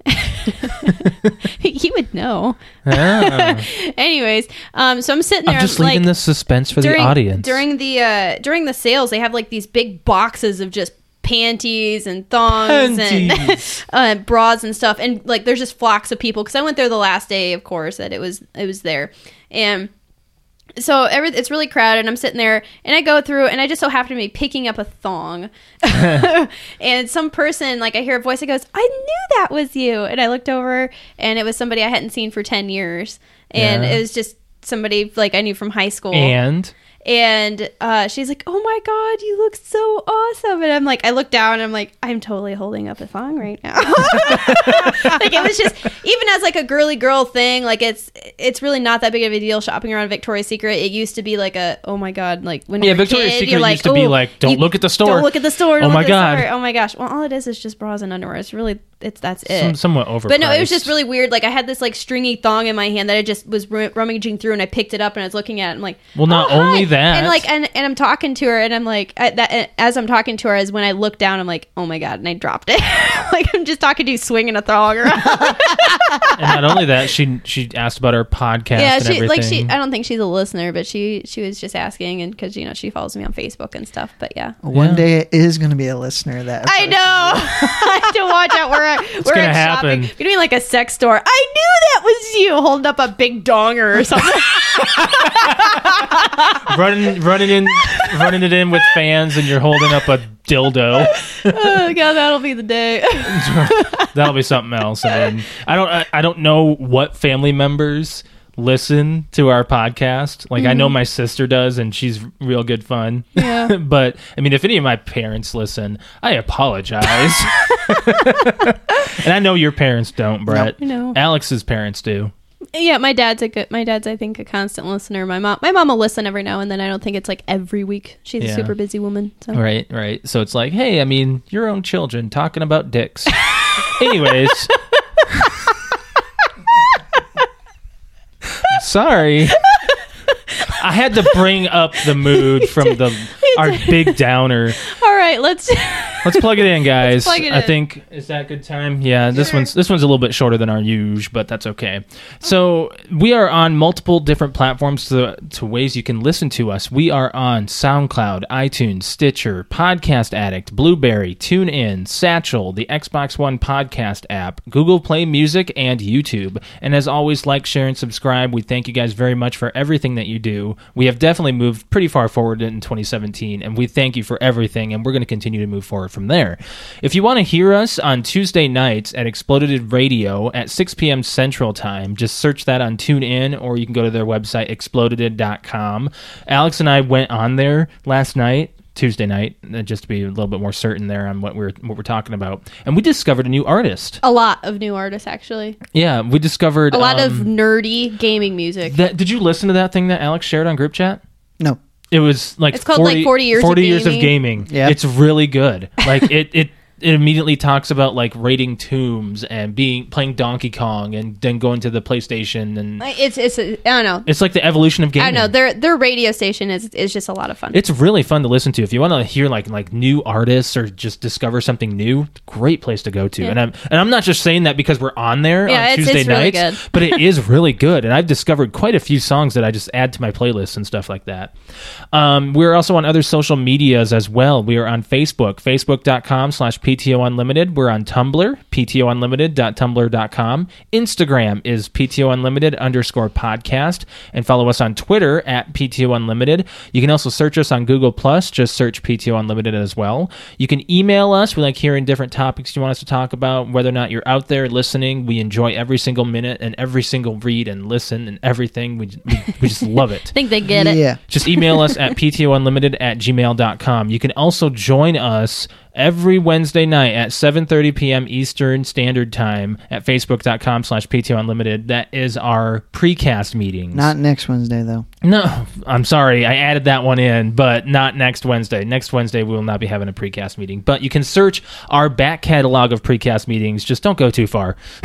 Speaker 1: he would know.
Speaker 3: Ah,
Speaker 1: Anyways, um, so I'm sitting there.
Speaker 3: I'm just leaving
Speaker 1: like,
Speaker 3: this suspense for
Speaker 1: during,
Speaker 3: the audience.
Speaker 1: during the uh, during the sales. They have like these big boxes of just panties and thongs
Speaker 3: Panties.
Speaker 1: and uh, bras and stuff. And like, there's just flocks of people because I went there the last day, of course, that it was it was there, and so every, it's really crowded and i'm sitting there and i go through and i just so happen to be picking up a thong and some person like i hear a voice that goes i knew that was you and i looked over and it was somebody i hadn't seen for 10 years and
Speaker 3: Yeah.
Speaker 1: it was just somebody like i knew from high school
Speaker 3: and
Speaker 1: and uh, she's like, "Oh my god, you look so awesome!" And I'm like, I look down, and I'm like, I'm totally holding up a thong right now. like it was just even as like a girly girl thing. Like it's it's really not that big of a deal shopping around Victoria's Secret. It used to be like a oh my god, like when you
Speaker 3: Yeah,
Speaker 1: were a
Speaker 3: Victoria's
Speaker 1: kid,
Speaker 3: Secret
Speaker 1: you're
Speaker 3: used to be
Speaker 1: "Ooh,
Speaker 3: like, "Don't
Speaker 1: you-
Speaker 3: look at the store."
Speaker 1: don't look at the store.
Speaker 3: Oh
Speaker 1: don't
Speaker 3: my
Speaker 1: look at the
Speaker 3: God.
Speaker 1: store." Oh my gosh. Well, all it is is just bras and underwear. It's really it's that's it.
Speaker 3: some, somewhat overpriced.
Speaker 1: Eh. But no, it was just really weird. Like I had this like stringy thong in my hand that I just was ru- rummaging through, and I picked it up and I was looking at it. And I'm like,
Speaker 3: Well, not
Speaker 1: "Oh, hi."
Speaker 3: only that-
Speaker 1: and like, and, and I'm talking to her, and I'm like, I, that and as I'm talking to her, is when I look down, I'm like, oh my god, and I dropped it. like I'm just talking to you, swinging a thong around.
Speaker 3: and not only that, she she asked about our podcast.
Speaker 1: yeah,
Speaker 3: and
Speaker 1: she
Speaker 3: everything.
Speaker 1: like she. I don't think she's a listener, but she she was just asking, and because you know she follows me on Facebook and stuff. But yeah.
Speaker 2: One
Speaker 3: Yeah.
Speaker 2: day it is going to be a listener that
Speaker 1: I know. I have to watch out where I, where
Speaker 3: gonna
Speaker 1: I'm shopping.
Speaker 3: happen.
Speaker 1: It's gonna be like a sex store. I knew that was you holding up a big donger or something.
Speaker 3: running running in running it in with fans, and you're holding up a dildo.
Speaker 1: oh god, that'll be the day.
Speaker 3: That'll be something else. And then I don't I, I don't know what family members listen to our podcast. Like I know my sister does, and she's real good fun.
Speaker 1: Yeah.
Speaker 3: but I mean, if any of my parents listen, I apologize. and I know your parents don't, Brett.
Speaker 1: No.
Speaker 3: Alex's parents do.
Speaker 1: yeah, my dad's a good. My dad's, I think, a constant listener. My mom, my mom will listen every now and then. I don't think it's like every week. She's
Speaker 3: Yeah.
Speaker 1: a super busy woman. So
Speaker 3: Right, right. So it's like, hey, I mean, your own children talking about dicks. Anyways. I'm sorry. I had to bring up the mood from the our big downer.
Speaker 1: all right, let's.
Speaker 3: Let's plug it in, guys.
Speaker 1: plug it
Speaker 3: I
Speaker 1: in.
Speaker 3: think is that a good time? Yeah, this one's this one's a little bit shorter than our usual, but that's okay. So we are on multiple different platforms to to ways you can listen to us. We are on SoundCloud, iTunes, Stitcher, Podcast Addict, Blueberry, TuneIn, Satchel, the Xbox One podcast app, Google Play Music, and YouTube. And as always, like, share, and subscribe. We thank you guys very much for everything that you do. We have definitely moved pretty far forward in 2017, and we thank you for everything, and we're going to continue to move forward from there. If you want to hear us on Tuesday nights at Exploded Radio at 6 p.m. Central Time, just search that on TuneIn, or you can go to their website, exploded.com. Alex and I went on there last night. Tuesday night, uh, just to be a little bit more certain there on what we're what we're talking about, and we discovered a new artist.
Speaker 1: a lot of new artists, actually.
Speaker 3: Yeah, we discovered
Speaker 1: A lot
Speaker 3: um,
Speaker 1: of nerdy gaming music.
Speaker 3: that did you listen to that thing that Alex shared on group chat?
Speaker 2: No.
Speaker 3: It was like
Speaker 1: It's called, like, 40 years of
Speaker 3: 40 years of
Speaker 1: gaming.
Speaker 3: gaming.
Speaker 2: Yeah.
Speaker 3: it's really good. Like it it it immediately talks about like raiding tombs and being playing Donkey Kong and then going to the PlayStation and
Speaker 1: Like, It's it's I don't know.
Speaker 3: it's like the evolution of gaming.
Speaker 1: I don't know. Their their radio station is is just a lot of fun.
Speaker 3: It's really fun to listen to. If you want to hear like like new artists or just discover something new, great place to go to. And I'm and I'm not just saying that because we're on there
Speaker 1: Yeah,
Speaker 3: on
Speaker 1: it's-
Speaker 3: Tuesday
Speaker 1: it's really
Speaker 3: nights,
Speaker 1: good.
Speaker 3: but it is really good. And I've discovered quite a few songs that I just add to my playlists and stuff like that. Um, we're also on other social medias as well. We are on Facebook, facebook.com slash PTO Unlimited. We're on Tumblr, ptounlimited.tumblr.com. Instagram is PTO Unlimited underscore podcast. And follow us on Twitter at PTO Unlimited. You can also search us on Google Plus. Just search PTO Unlimited as well. You can email us. We like hearing different topics you want us to talk about, whether or not you're out there listening. We enjoy every single minute and every single read and listen and everything. We, we, we just love it.
Speaker 4: think they get it.
Speaker 2: yeah.
Speaker 3: Just email us at ptounlimited at gmail.com. You can also join us every Wednesday night at 7.30 p.m. Eastern Standard Time at facebook.com slash ptounlimited. That is our precast meetings.
Speaker 2: Not next Wednesday though.
Speaker 3: no, I'm sorry. I added that one in, but not next Wednesday. Next Wednesday, we will not be having a precast meeting. But you can search our back catalog of precast meetings. Just don't go too far.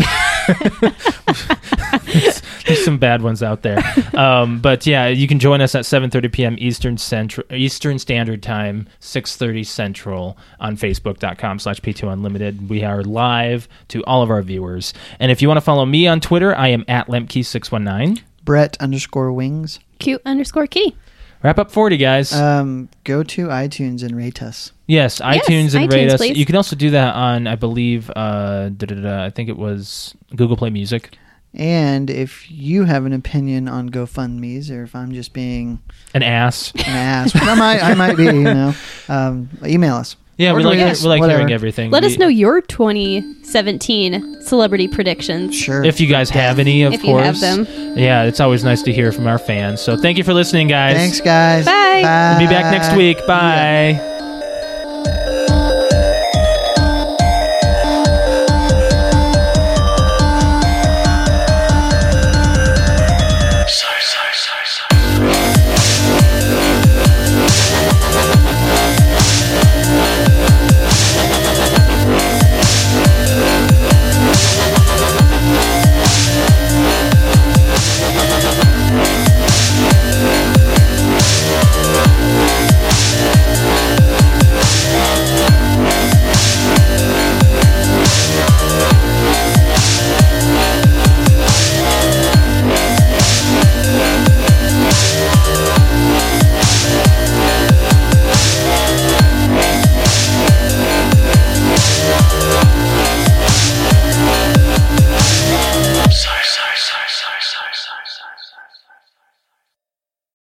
Speaker 3: there's some bad ones out there. Um, but yeah, you can join us at 7:30 p.m. Eastern Central Eastern Standard Time, 6:30 Central on facebookcom slash p2 unlimited. We are live to all of our viewers. And if you want to follow me on Twitter, I am at lemke619.
Speaker 2: Brett underscore wings.
Speaker 1: Cute underscore key.
Speaker 3: Wrap up 40, guys.
Speaker 2: Um, go to iTunes and rate us.
Speaker 3: yes, iTunes and rate
Speaker 1: iTunes,
Speaker 3: us.
Speaker 1: please.
Speaker 3: You can also do that on, I believe, uh, da-da-da, I think it was Google Play Music.
Speaker 2: And if you have an opinion on GoFundmes, or if I'm just being
Speaker 3: An ass.
Speaker 2: an ass, which I might, I might be, you know, um, email us.
Speaker 3: Yeah,
Speaker 2: Or
Speaker 3: we like,
Speaker 2: tweet us,
Speaker 3: we like
Speaker 2: whatever.
Speaker 3: hearing everything.
Speaker 1: Let
Speaker 3: We-
Speaker 1: us know your 2017 celebrity predictions.
Speaker 2: Sure.
Speaker 3: if you guys have any, of
Speaker 1: If you have
Speaker 3: course.
Speaker 1: them.
Speaker 3: Yeah, it's always nice to hear from our fans. So thank you for listening, guys.
Speaker 2: Thanks, guys.
Speaker 1: Bye.
Speaker 3: We'll be back next week. Bye.